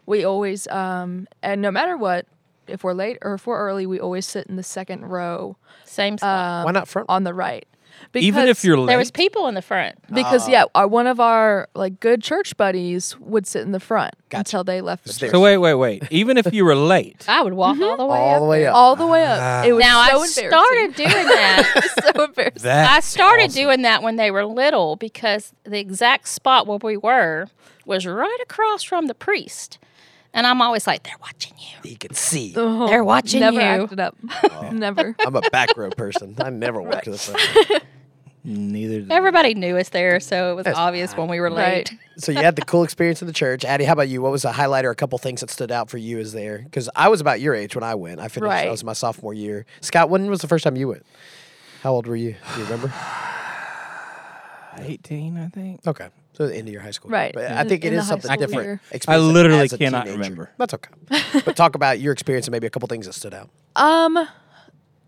S5: We always um and no matter what, if we're late or if we're early, we always sit in the second row
S3: Same spot.
S1: Why not front?
S5: on the right. Because,
S2: Even if
S5: Uh,
S2: you're late,
S3: there was people in the front.
S5: because yeah, our, one of our like good church buddies would sit in the front until they left the
S1: It's there.
S5: church.
S2: so wait wait
S3: (laughs)
S2: wait. Even if you were late,
S3: I would walk all the way
S1: All
S3: up.
S1: the way up.
S5: All the way up. Mm-hmm. It was
S3: Now
S5: so
S3: I
S5: embarrassing.
S3: started doing
S5: (laughs)
S3: that.
S5: so embarrassing.
S2: that
S3: I started doing that when they were little because the exact spot where we were was right across from the priest. And I'm always like, they're watching you.
S1: He could
S3: (laughs)
S1: see.
S3: They're watching
S5: Oh, Never
S3: you. (laughs)
S5: acted up. (laughs) Never.
S1: I'm a back row person. I never walk to the front.
S2: neither. did-
S3: Everybody knew us there, so it was obvious when we were late.
S5: Right.
S1: So you had the cool experience in the church. Addie, how about you? What was a highlight or a couple things that stood out for you as there? Because I was about your age when I went. I finished.
S5: Right.
S1: I was in my sophomore year. Scott, when was the first time you went? How old were you? Do you
S5: (sighs)
S1: remember?
S2: eighteen, I think.
S1: Okay. So the end of your high school. year.
S5: Right.
S1: But
S5: Mm.
S1: I think it
S5: In the
S1: is
S5: high
S1: something
S5: school
S1: different.
S5: year.
S2: I
S1: experiencing
S2: literally
S1: as a
S2: cannot
S1: teenager.
S2: remember.
S1: That's
S5: (laughs)
S1: okay. but talk about your experience and maybe a couple things that stood out.
S5: Um,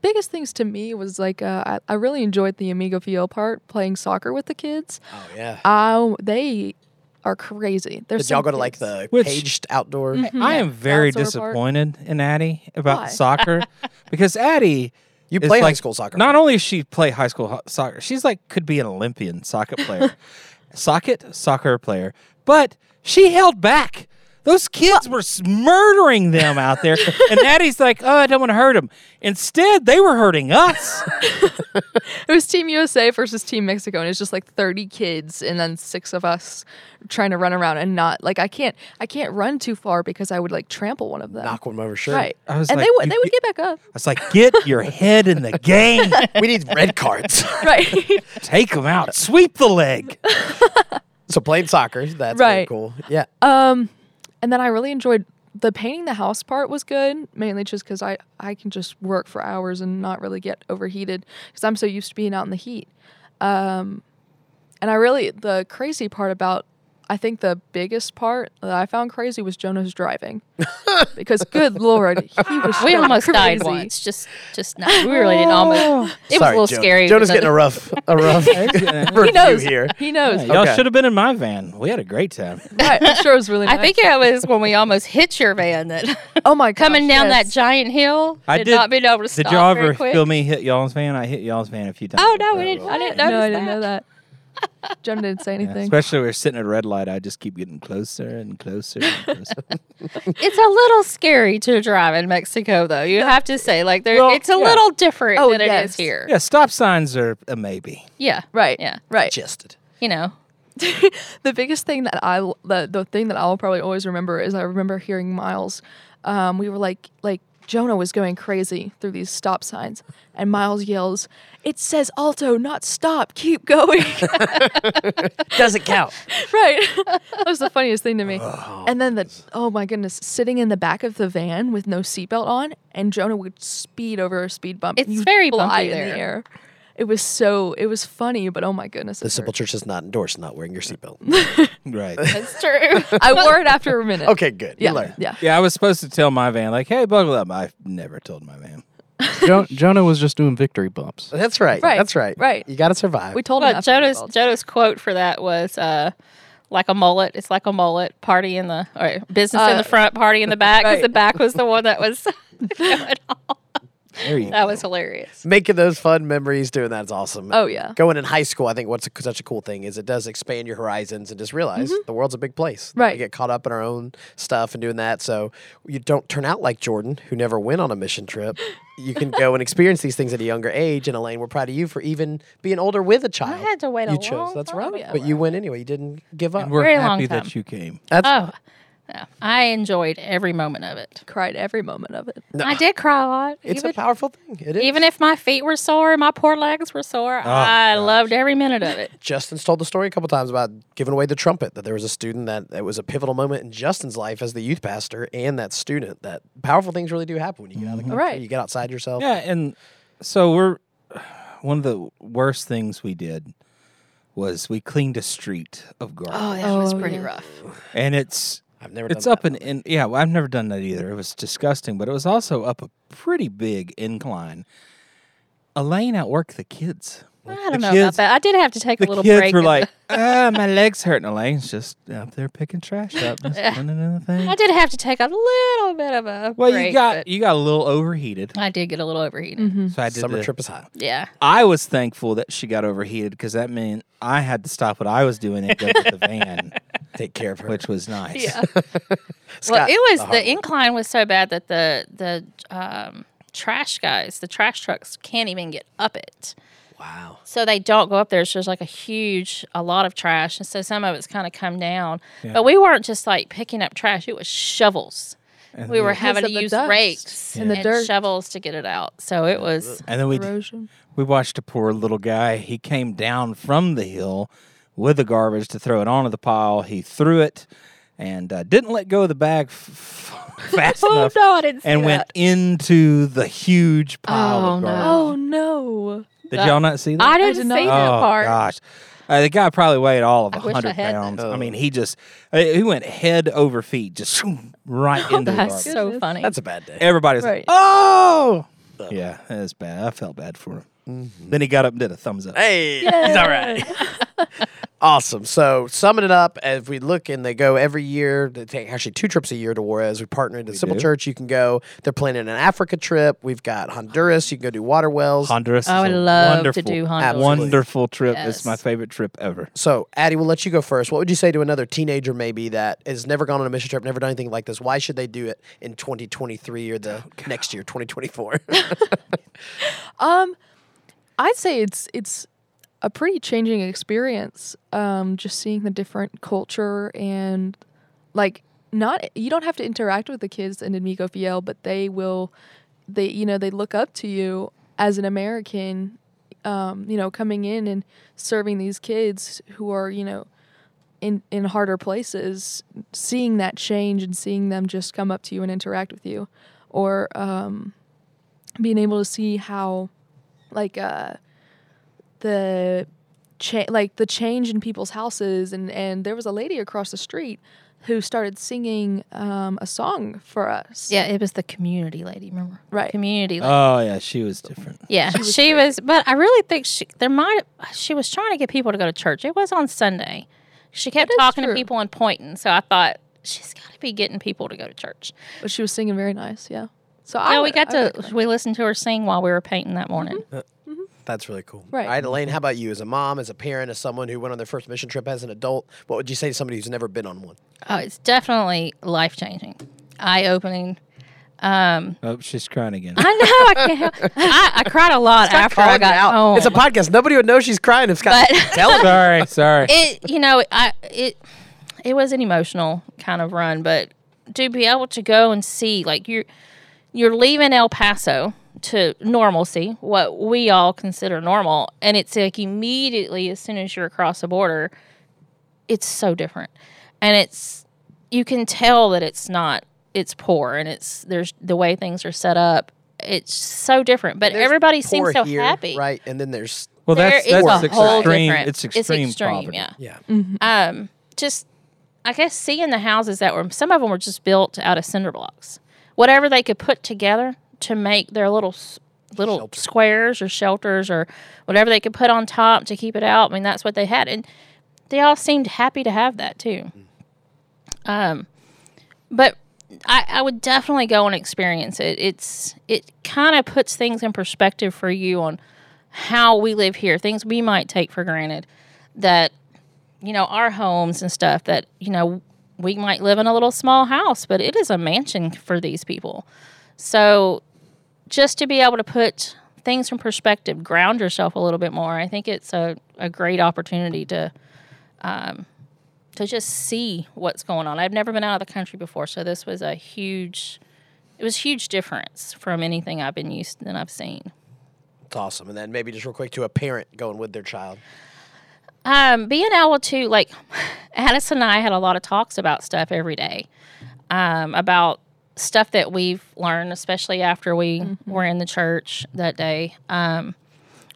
S5: biggest things to me was like uh, I, I really enjoyed the Amigo Fiel part, playing soccer with the kids.
S1: Oh yeah.
S5: Um, they are crazy. They're
S1: Did y'all go to like the
S2: Which-
S1: caged outdoor?
S5: Mm-hmm.
S3: Hmm.
S2: I am very
S5: Outdoor park.
S2: disappointed in Addie about
S5: Why?
S2: soccer
S3: (laughs)
S2: because Addie.
S1: You
S2: is
S1: play high
S2: like-
S1: school soccer.
S2: Not only does she play high school ho- soccer, she's like could be an
S3: (laughs)
S2: Olympian soccer player, socket soccer player, but she held back. Those kids were s- murdering them out
S3: (laughs)
S2: there, and Addie's like, "Oh, I don't want to hurt them." Instead, they were hurting us.
S5: It was Team USA versus Team Mexico, and it's just like thirty kids and then six of us trying to run around and not like I can't I can't run too far because I would like trample one of them.
S1: Knock one over, sure.
S5: right.
S2: I was
S5: and
S2: like,
S5: they would
S2: you-
S5: they would
S2: you-
S5: get back up.
S2: I was like, "Get your head in the game.
S1: We need red
S5: (laughs)
S1: cards.
S2: (laughs)
S5: Right.
S2: Take them out. Sweep the
S3: (laughs)
S2: leg."
S1: so playing soccer, that's pretty
S5: Right.
S1: cool. Yeah.
S5: Um, and then I really enjoyed the painting the house part was good, mainly just because I I can just work for hours and not really get overheated because I'm so used to being out in the heat. Um, and I really the crazy part about I think the biggest part that I found crazy was Jonah's
S2: (laughs)
S5: driving because good lord
S3: (laughs)
S5: he was
S3: We
S5: (laughs) so
S3: almost died
S5: crazy. Oh.
S3: once. Just, just not. We really didn't almost. It was a
S1: Sorry,
S3: little
S1: Jonah.
S3: scary.
S1: Jonah's
S3: with
S1: getting a
S3: the-
S1: rough, a (laughs) rough
S2: Yeah,
S1: review
S5: He knows
S1: here.
S5: He knows.
S2: y'all
S1: Okay.
S2: should have been in my van. We had a great
S3: (laughs)
S2: time.
S5: Right, I'm sure it was really.
S3: I
S5: nice.
S3: think it was when we almost hit your van that
S5: Oh my,
S3: (laughs)
S5: gosh,
S3: coming down (laughs)
S5: yes.
S3: that giant hill.
S2: I
S3: did,
S2: did-
S3: not being able to stop
S2: Did y'all
S3: very
S2: ever
S3: quick.
S2: feel me hit y'all's van? I hit y'all's van a few times.
S3: Oh, no,
S2: I
S3: we didn't- I didn't
S5: No, I
S3: Notice
S5: didn't know that. Jonah didn't say
S2: Yeah,
S5: anything.
S2: especially we are sitting at a red light. I just keep getting closer and closer. And closer. (laughs)
S3: It's a little scary to drive in Mexico, though. You have to say, like, there,
S2: Well,
S3: it's a
S2: yeah.
S3: little different
S5: Oh,
S3: than it is
S5: yes.
S3: here.
S2: yeah, stop signs are a maybe.
S3: Yeah.
S5: right.
S3: Yeah.
S5: Right.
S1: Gisted.
S3: You know.
S5: the biggest thing that I the, the thing that I'll probably always remember is I remember hearing Miles. Um, we were like like Jonah was going crazy through these stop signs, and Miles yells, "It says alto, not stop. Keep going."
S3: (laughs)
S5: (laughs)
S1: Doesn't count.
S5: right. that was the funniest thing to me. and then the oh my goodness, sitting in the back of the van with no seatbelt on, and Jonah would speed over a speed bump. and
S3: It's
S5: you'd
S3: very
S5: fly
S3: bumpy
S5: in
S3: there.
S5: the air. It was so it was funny, but oh my goodness,
S1: (laughs)
S5: it
S1: The simple
S5: hurt.
S1: church does not endorse not wearing your seatbelt. (laughs)
S2: Right.
S3: That's (laughs) true.
S5: I wore it after a minute.
S1: Okay, good. You
S5: Yeah.
S1: learned.
S5: Yeah.
S2: yeah, I was supposed to tell my van, like, hey, buckle up. I never told my van.
S4: Jo- Jonah was just doing victory bumps.
S1: That's right.
S5: Right,
S1: That's right.
S5: right.
S1: You got to survive.
S5: We told him.
S3: Well,
S5: after the
S3: Jonah's
S5: result.
S3: Jonah's quote for that was uh, like a mullet. It's like a mullet. Party in the or business in
S5: Uh,
S3: the front, party in the back. Because
S5: right.
S3: the back was the one that was. (laughs) going off.
S2: There you
S3: that was hilarious.
S1: Making those fun memories doing that is awesome.
S5: Oh yeah.
S1: Going in high school, I think what's such a cool thing is it does expand your horizons and just realize
S3: Mm-hmm.
S1: the world's a big place. We
S5: Right.
S1: get caught up in our own stuff and doing that. So you don't turn out like Jordan, who never went on a mission trip. You can
S3: (laughs)
S1: go and experience these things at a younger age. And Elaine, we're proud of you for even being older with a child.
S3: had to wait a
S1: You chose.
S3: long
S1: That's
S3: time
S1: right.
S3: for
S1: But you went anyway. You didn't give up.
S2: And we're
S3: Very long
S2: happy
S3: time.
S2: that you came.
S1: That's
S3: Oh, yeah. I enjoyed every moment of it.
S5: Cried every moment of it.
S1: No.
S3: I did cry a lot.
S1: it's
S3: even,
S1: a powerful thing. It is.
S3: even if my feet were sore, and my poor legs were
S2: Oh,
S3: sore. I loved every minute of it.
S1: Justin's told the story a couple times about giving away the trumpet. That there was a student that it was a pivotal moment in Justin's life as the youth pastor and that student. That powerful things really do happen when you get out of the country,
S5: Right.
S1: You get outside yourself.
S2: Yeah, and so we're (sighs) one of the worst things we did was we cleaned a street of garbage.
S3: that
S5: was
S2: Oh,
S5: pretty
S3: rough.
S2: And it's
S1: I've never.
S2: it's
S1: done
S2: up
S1: that.
S2: an in yeah well, i've never done that either it was disgusting but it was also up a pretty big incline elaine outworked the kids
S3: I
S2: The
S3: don't know about
S2: kids-
S3: that. I did have to take a
S2: the
S3: little
S2: kids
S3: break.
S2: were
S3: in (laughs)
S2: like ah my legs hurt and elaine's just up there picking trash up just running in the
S3: the-
S2: thing
S3: I did have to take a little bit of a
S2: well
S3: break.
S2: you got
S3: but Mm.
S2: you got a little overheated
S3: I did get a little overheated.
S2: so i did
S1: Summer
S2: the-
S1: trip is hot.
S3: Yeah.
S2: i was thankful that she got overheated because that meant i had to stop what i was doing and go to the van
S3: (laughs)
S1: Take care of her.
S2: which was nice
S3: Yeah.
S1: Scott,
S3: well, it
S1: the
S3: was
S1: hard
S3: the incline was so bad that the the um, trash guys, the trash trucks, can't even get up it.
S1: wow.
S3: So they don't go up there. It's just like a huge, a lot of trash, and so some of it's kind of come down. But we weren't just like picking up trash; it was shovels. we (laughs) were having to
S5: of the
S3: use
S5: dust
S3: rakes
S5: and the dirt.
S3: shovels to get it out. So it was
S2: and then we
S5: Erosion.
S2: We watched a poor little guy. He came down from the hill with the garbage to throw it onto the pile. He threw it and uh, didn't let go of the bag f-
S3: (laughs)
S2: f- fast enough
S3: Oh, no, I didn't see
S2: and went
S3: that.
S2: into the huge pile
S3: Oh,
S2: of
S3: no.
S2: garbage.
S5: Oh no.
S2: Did y'all not see that?
S3: I didn't
S5: did not-
S3: see
S2: oh,
S3: that part.
S2: gosh. Uh, the guy probably weighed all of a
S3: I wish I
S2: 100
S3: had that.
S2: pounds. I mean, he just, uh, he went head over feet, just (laughs) right into the
S3: (laughs) Oh, That's
S2: garbage.
S3: so
S5: Goodness.
S3: funny.
S1: That's a bad day.
S2: Everybody's like,
S5: Right.
S2: oh! Yeah, that is bad. I felt bad for him. Then he got up and did a thumbs up.
S1: Hey,
S5: Yay.
S1: he's all right. Awesome. So summing it up, if we look and they go every year, they take actually two trips a year to Juarez. We partnered with Simple
S2: do.
S1: Church. You can go. They're planning an Africa trip. We've got Honduras. You can go do water wells.
S2: Honduras.
S3: I
S2: is
S3: would
S2: a
S3: love to
S2: wonderful,
S3: do
S1: Absolutely.
S3: Honduras.
S2: Wonderful trip. It's
S3: Yes.
S2: my favorite trip ever.
S1: so, Addie, we'll let you go first. What would you say to another teenager maybe that has never gone on a mission trip, never done anything like this? Why should they do it in 2023 or
S3: Oh,
S1: the next year,
S3: (laughs)
S1: 2024?
S5: Um, I'd say it's it's a pretty changing experience. Um, just seeing the different culture and like not you don't have to interact with the kids in Amigo Fiel, but they will they you know they look up to you as an American. Um, you know, coming in and serving these kids who are you know in in harder places, seeing that change and seeing them just come up to you and interact with you, or um, being able to see how like uh the cha- like the change in people's houses and and there was a lady across the street who started singing um, a song for us
S3: Yeah, it was the community lady. Remember?
S5: Right.
S3: Community lady.
S2: Oh yeah, she was different.
S3: yeah, she was, But I really think she there might. She was trying to get people to go to church. It was on Sunday. She kept
S5: That is
S3: talking
S5: true.
S3: to people and pointing. So I thought she's got to be getting people to go to church.
S5: but she was singing very nice yeah so
S3: Yeah,
S5: I
S3: we
S5: would-
S3: got
S5: I would
S3: to
S5: recommend-
S3: we listened to her sing while we were painting that morning.
S1: That's really cool.
S5: Right.
S1: All right, Elaine, how about you? As a mom, as a parent, as someone who went on their first mission trip as an adult, what would you say to somebody who's never been on one?
S3: Oh, it's definitely life changing, eye opening.
S2: Oh, she's crying again.
S3: I know I can't. I, I cried a lot after Oh, I
S1: Calling
S3: got
S1: it out.
S3: home.
S1: It's a podcast. Nobody would know she's crying if Scott
S3: But-
S1: telling her.
S2: sorry, sorry.
S3: it you know I it it was an emotional kind of run, but to be able to go and see like you're you're leaving El Paso to normalcy, what we all consider normal, and it's like immediately as soon as you're across the border, it's so different, and it's you can tell that it's not it's poor and it's there's the way things are set up. It's so different, but
S1: There's
S3: everybody
S1: poor
S3: seems so
S1: here,
S3: happy.
S1: Right. And then there's
S2: well,
S3: There
S2: that's
S3: is
S2: that's
S3: a whole
S2: extreme.
S3: different.
S2: It's extreme. poverty.
S3: yeah
S1: yeah.
S3: um, just I guess seeing the houses that were some of them were just built out of cinder blocks, whatever they could put together to make their little s- little squares or shelters or whatever they could put on top to keep it out. I mean, that's what they had, and they all seemed happy to have that too. Um, but I, I would definitely go and experience it. It's it kind of puts things in perspective for you on how we live here, things we might take for granted that you know, our homes and stuff that, you know, we might live in a little small house, but it is a mansion for these people. So just to be able to put things in perspective, ground yourself a little bit more, I think it's a, a great opportunity to um, to just see what's going on. I've never been out of the country before, so this was a huge it was a huge difference from anything I've been used to and I've seen.
S1: It's awesome. And then maybe just real quick to a parent going with their child.
S3: um, being able to like (sighs) Addison and I had a lot of talks about stuff every day um, about stuff that we've learned, especially after we were in the church that day. Um,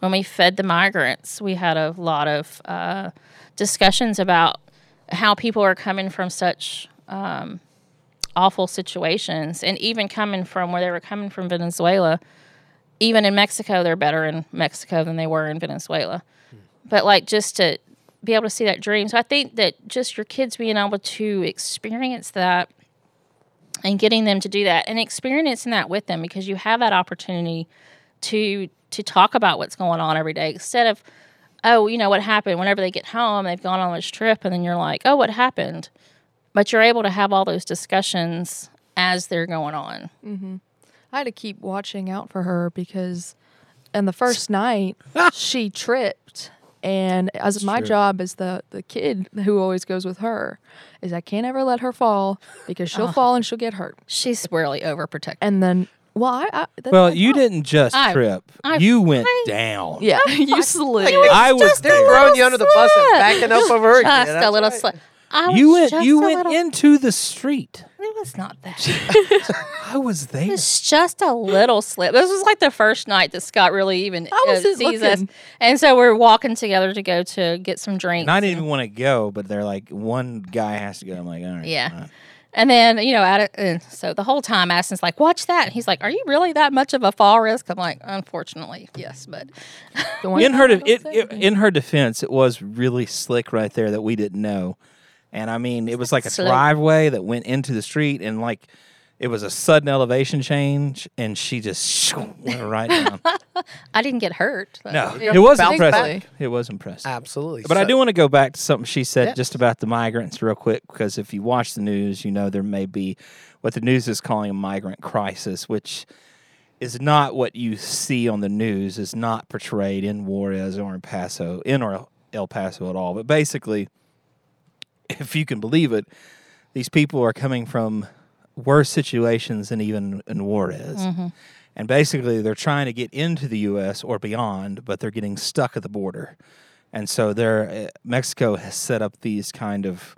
S3: when we fed the migrants, we had a lot of uh, discussions about how people are coming from such um, awful situations, and even coming from where they were coming from, Venezuela. Even in Mexico, they're better in Mexico than they were in Venezuela but like just to be able to see that dream. So I think that just your kids being able to experience that and getting them to do that and experiencing that with them because you have that opportunity to to talk about what's going on every day instead of oh you know what happened whenever they get home they've gone on this trip and then you're like oh what happened but you're able to have all those discussions as they're going on
S5: I had to keep watching out for her because and
S2: (laughs)
S5: the first night she tripped and as my job as the the kid who always goes with her is I can't ever let her fall because
S2: Uh-huh.
S5: she'll fall and she'll get hurt
S3: she's really overprotective
S5: and then well I, I that's
S2: Well,
S5: my
S2: you
S5: job.
S2: didn't just
S3: I-
S2: trip.
S3: I-
S2: you went down. (laughs)
S5: yeah (laughs) you slid
S2: I was
S1: They're
S2: there.
S1: throwing you under the bus and backing up over her.
S3: just
S1: Yeah,
S3: a little
S1: that's
S3: sli- I
S2: You
S3: was
S2: went.
S3: just
S2: You
S3: a
S2: went
S3: little-
S2: into the street.
S3: it was not
S2: (laughs)
S3: that
S2: I was there.
S3: It's just a little slip. This was like the first night that Scott really even
S5: I
S3: uh,
S5: wasn't
S3: sees us,
S5: looking.
S3: and so we're walking together to go to get some drinks.
S2: And I didn't even want to go, but they're like, one guy has to go. I'm like, all right.
S3: Yeah.
S2: fine.
S3: And then, you know, Ad- and so the whole time Addison's like, watch that. And he's like, are you really that much of a fall risk? I'm like, unfortunately, yes, but
S5: The one-
S2: in her de-
S3: don't
S2: it,
S3: say
S2: it- in her defense, it was really slick right there that we didn't know, and I mean it was like a
S3: Slope.
S2: driveway that went into the street, and like it was a sudden elevation change, and she just went right
S5: (laughs)
S2: down.
S3: I didn't get hurt. but-
S2: No, it was
S5: Bounce
S2: impressive.
S5: back.
S2: It was impressive.
S1: Absolutely.
S2: But I
S1: So-
S2: do want to go back to something she said
S1: Yes.
S2: just about the migrants, real quick, because if you watch the news, you know there may be what the news is calling a migrant crisis, which is not what you see on the news, is not portrayed in Juarez or in Paso, in or El Paso at all. But basically, if you can believe it, these people are coming from worse situations than even in Juarez. And basically, they're trying to get into the U.S. or beyond, but they're getting stuck at the border. And so, there, Mexico has set up these kind of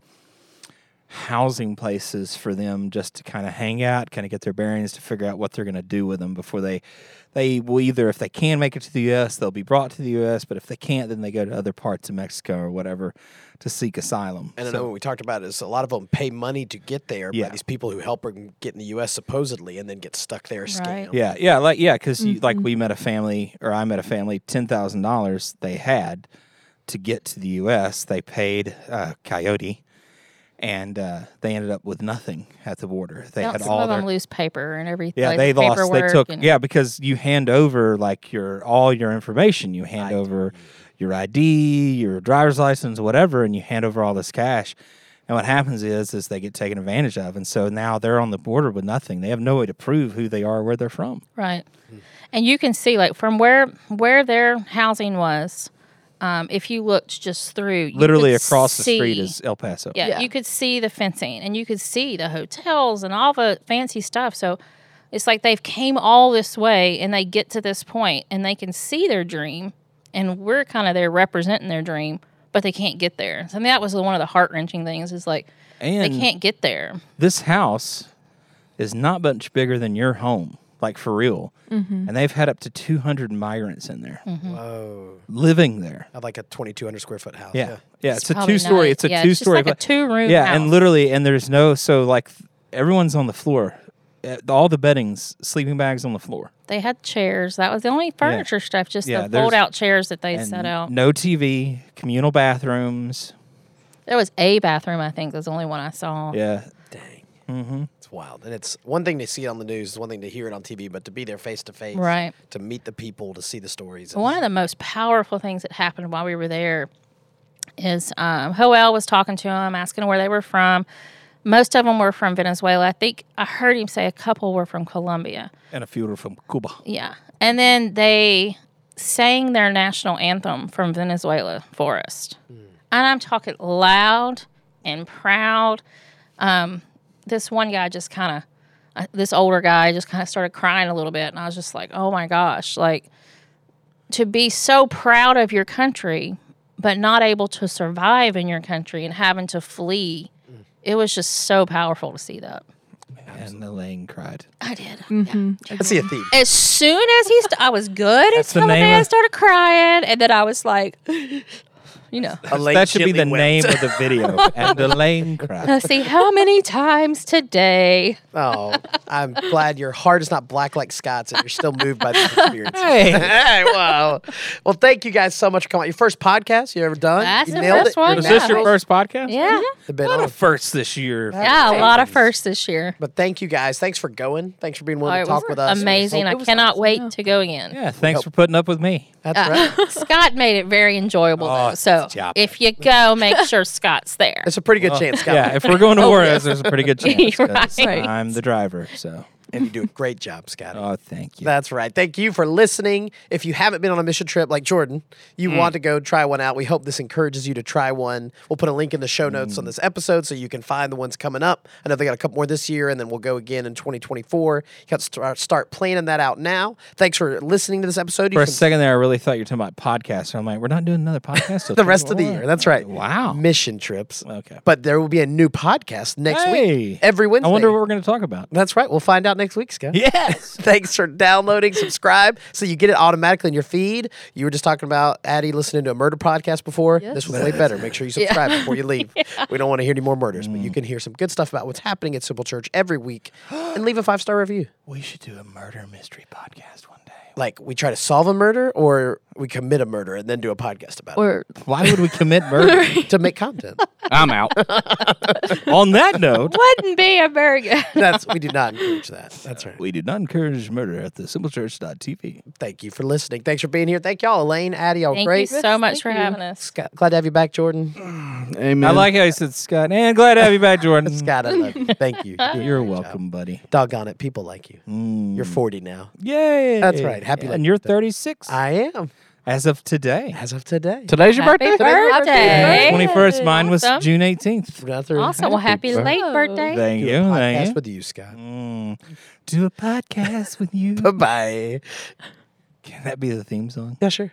S2: housing places for them just to kind of hang out, kind of get their bearings to figure out what they're going to do with them before they they will either if they can make it to the US, they'll be brought to the US, but if they can't then they go to other parts of Mexico or whatever to seek asylum.
S1: And I
S2: So-
S1: know what we talked about is a lot of them pay money to get there
S2: Yeah.
S1: by these people who help them get in the U.S. supposedly, and then get stuck there.
S3: Right.
S1: Scam.
S2: Yeah, yeah, like yeah, because like
S3: Mm-hmm.
S2: we met a family, or I met a family, ten thousand dollars they had to get to the U.S. They paid uh, Coyote, and uh, they ended up with nothing at the border. They
S3: Don't
S2: had
S3: some
S2: all
S3: of
S2: their
S3: them lose paper and everything.
S2: yeah
S3: like
S2: they lost they
S3: paperwork
S2: took
S3: and-
S2: yeah because you hand over like your all your information you hand over your ID your driver's license whatever and you hand over all this cash and what happens is is they get taken advantage of and so now they're on the border with nothing they have no way to prove who they are or where they're from
S3: Right. And you can see like from where where their housing was, um, if you looked just through you
S2: literally
S3: could
S2: across the street
S3: see-
S2: is El Paso
S3: yeah,
S5: Yeah.
S3: you could see the fencing and you could see the hotels and all the fancy stuff. So it's like they've came all this way and they get to this point and they can see their dream and we're kind of there representing their dream, but they can't get there. So that was one of the heart wrenching things is like
S2: and
S3: they can't get there.
S2: this house is not much bigger than your home, like for real.
S3: Mm-hmm.
S2: And they've had up to 200 migrants in there
S1: Whoa.
S2: living there.
S1: I'd like a 2,200 square foot house.
S2: Yeah. Yeah. It's, a
S3: probably
S2: two story.
S3: not-
S2: It's a
S3: yeah, it's
S2: two
S3: just
S2: story.
S3: like a two-room
S2: Yeah.
S3: house.
S2: And literally, and there's no, so like th- everyone's on the floor. Uh, All the beddings, sleeping bags on the floor.
S3: They had chairs. That was the only furniture stuff, just
S2: Yeah,
S3: the
S2: there's-
S3: fold out chairs that they
S2: And
S3: set out.
S2: No TV, communal bathrooms.
S3: There was a bathroom, I think, was the only one I saw.
S2: Yeah.
S1: Dang. Mm-hmm. It's wild. And it's one thing to see it on the news, it's one thing to hear it on TV, but to be there face to face,
S3: Right.
S1: to meet the people, to see the stories.
S3: One of the most powerful things that happened while we were there is um, Joel was talking to him, asking where they were from. Most of them were from Venezuela. I think I heard him say a couple were from Colombia.
S2: And a few are from Cuba.
S3: Yeah. And then they sang their national anthem from Venezuela for us. And I'm talking loud and proud. Um, this one guy just kind of, uh, this older guy just kind of started crying a little bit. And I was just like, oh my gosh, like to be so proud of your country, but not able to survive in your country and having to flee. It was just so powerful to see that.
S2: And Elaine cried.
S3: I did.
S1: I see a
S3: (laughs)
S1: theme.
S3: As soon as he, st- I was good
S2: That's the
S3: until the,
S2: name
S3: man
S2: of-
S3: started crying, and then I was like, (laughs) you know,
S1: Elaine
S2: that should be
S1: Gently
S2: the
S1: wept.
S2: name of the
S1: (laughs)
S2: video. and Elaine cried.
S3: let's see how many times today.
S1: Oh, I'm glad your heart is not black like Scott's and you're still moved
S3: (laughs)
S1: by this experience.
S2: Hey.
S1: hey, wow. Well, thank you guys so much for coming. out. Your first podcast you ever done?
S3: That's
S1: you
S3: the
S1: nailed
S3: first
S1: it.
S3: one,
S1: You're
S2: Was
S1: the
S2: this your
S3: Yeah.
S2: first podcast?
S3: Yeah,
S1: You've been
S2: A lot
S1: on.
S2: of firsts this year.
S3: yeah, a lot of firsts this year.
S1: But thank you guys. Thanks for going. Thanks for being willing
S3: Oh,
S1: to
S3: it
S1: talk
S3: was
S1: with us.
S3: amazing.
S1: Hope-
S3: I cannot wait to go again.
S2: Yeah, thanks for putting up with me.
S1: That's right.
S3: (laughs) Scott made it very enjoyable,
S2: Oh,
S3: though. So
S2: job.
S3: if you go, make
S2: (laughs)
S3: sure Scott's there.
S1: It's a pretty good chance, Scott.
S2: Oh, Yeah, if we're
S3: (laughs)
S2: going to Juarez, there's a pretty good chance. 'cause
S3: Oh, Right.
S2: I'm the driver, so.
S1: And you do a great job, Scott.
S2: Oh, thank
S1: (laughs)
S2: you.
S1: That's right. Thank you for listening. If you haven't been on a mission trip like Jordan,
S2: Mm.
S1: you want to go try one out. We hope this encourages you to try one. We'll put a link in the show notes
S2: Mm.
S1: on this episode so you can find the ones coming up. I know they got a couple more this year, and then we'll go again in 2024. You got to start, start planning that out now. Thanks for listening to this episode. You
S2: For a
S1: can-
S2: second there, I really thought you were talking about podcasts. and I'm like, we're not doing
S1: (laughs)
S2: another podcast. till
S1: the rest of the year. That's right.
S2: Oh, Wow.
S1: Mission trips.
S2: Okay.
S1: But there will be a new podcast next
S2: Hey.
S1: week, every Wednesday.
S2: I wonder what we're going to talk about.
S1: That's right. We'll find out next week, Scott. (laughs)
S2: Yes.
S1: Thanks for downloading, subscribe, so you get it automatically in your feed. You were just talking about Addie listening to a murder podcast before.
S5: Yes.
S1: This was way better. Make sure you subscribe before you leave. We don't want to hear any more murders, but you can hear some good stuff about what's happening at Simple Church every week, and leave a five star review.
S2: we should do a murder mystery podcast one day.
S1: Like we try to solve a murder, or we commit a murder and then do a podcast about
S5: Or
S2: Why would we commit
S3: (laughs)
S2: murder?
S1: it to make content.
S4: I'm out.
S2: On that note,
S3: Wouldn't be a
S2: (laughs)
S3: very good.
S1: That's we do not encourage that. (laughs) That's right.
S2: we do not encourage murder at the simplechurch.tv.
S1: Thank you for listening. Thanks for being here. Thank y'all, Elaine, Addie, y'all
S3: Thank
S1: great.
S3: you so much
S5: Thank
S3: for
S5: you.
S3: having us.
S1: Scott, glad to have you back, Jordan.
S4: Amen.
S2: I like how you said Scott, and glad to have you back, Jordan.
S1: Scott, I love you. Thank you. You're doing a
S2: (laughs) You're
S1: great job.
S2: welcome, buddy.
S1: Doggone it, people like you.
S2: Mm.
S1: You're 40 now.
S2: Yay.
S1: That's right. Happy
S2: And
S1: late
S2: you're
S1: birthday.
S2: 36
S1: I am
S2: as of today.
S1: as of today.
S4: Today's your
S3: Happy
S4: birthday?
S3: birthday.
S2: Yeah, 21st. Mine was
S3: Awesome.
S2: June 18th.
S1: Another
S3: Awesome. Well, happy
S4: Happy
S3: late
S5: birthday.
S3: birthday.
S2: Thank
S1: do a
S2: you. Thank you.
S1: podcast with you, Scott.
S2: Mm. Do a podcast with you.
S1: Bye bye.
S2: Can that be the theme song?
S1: Yeah, sure.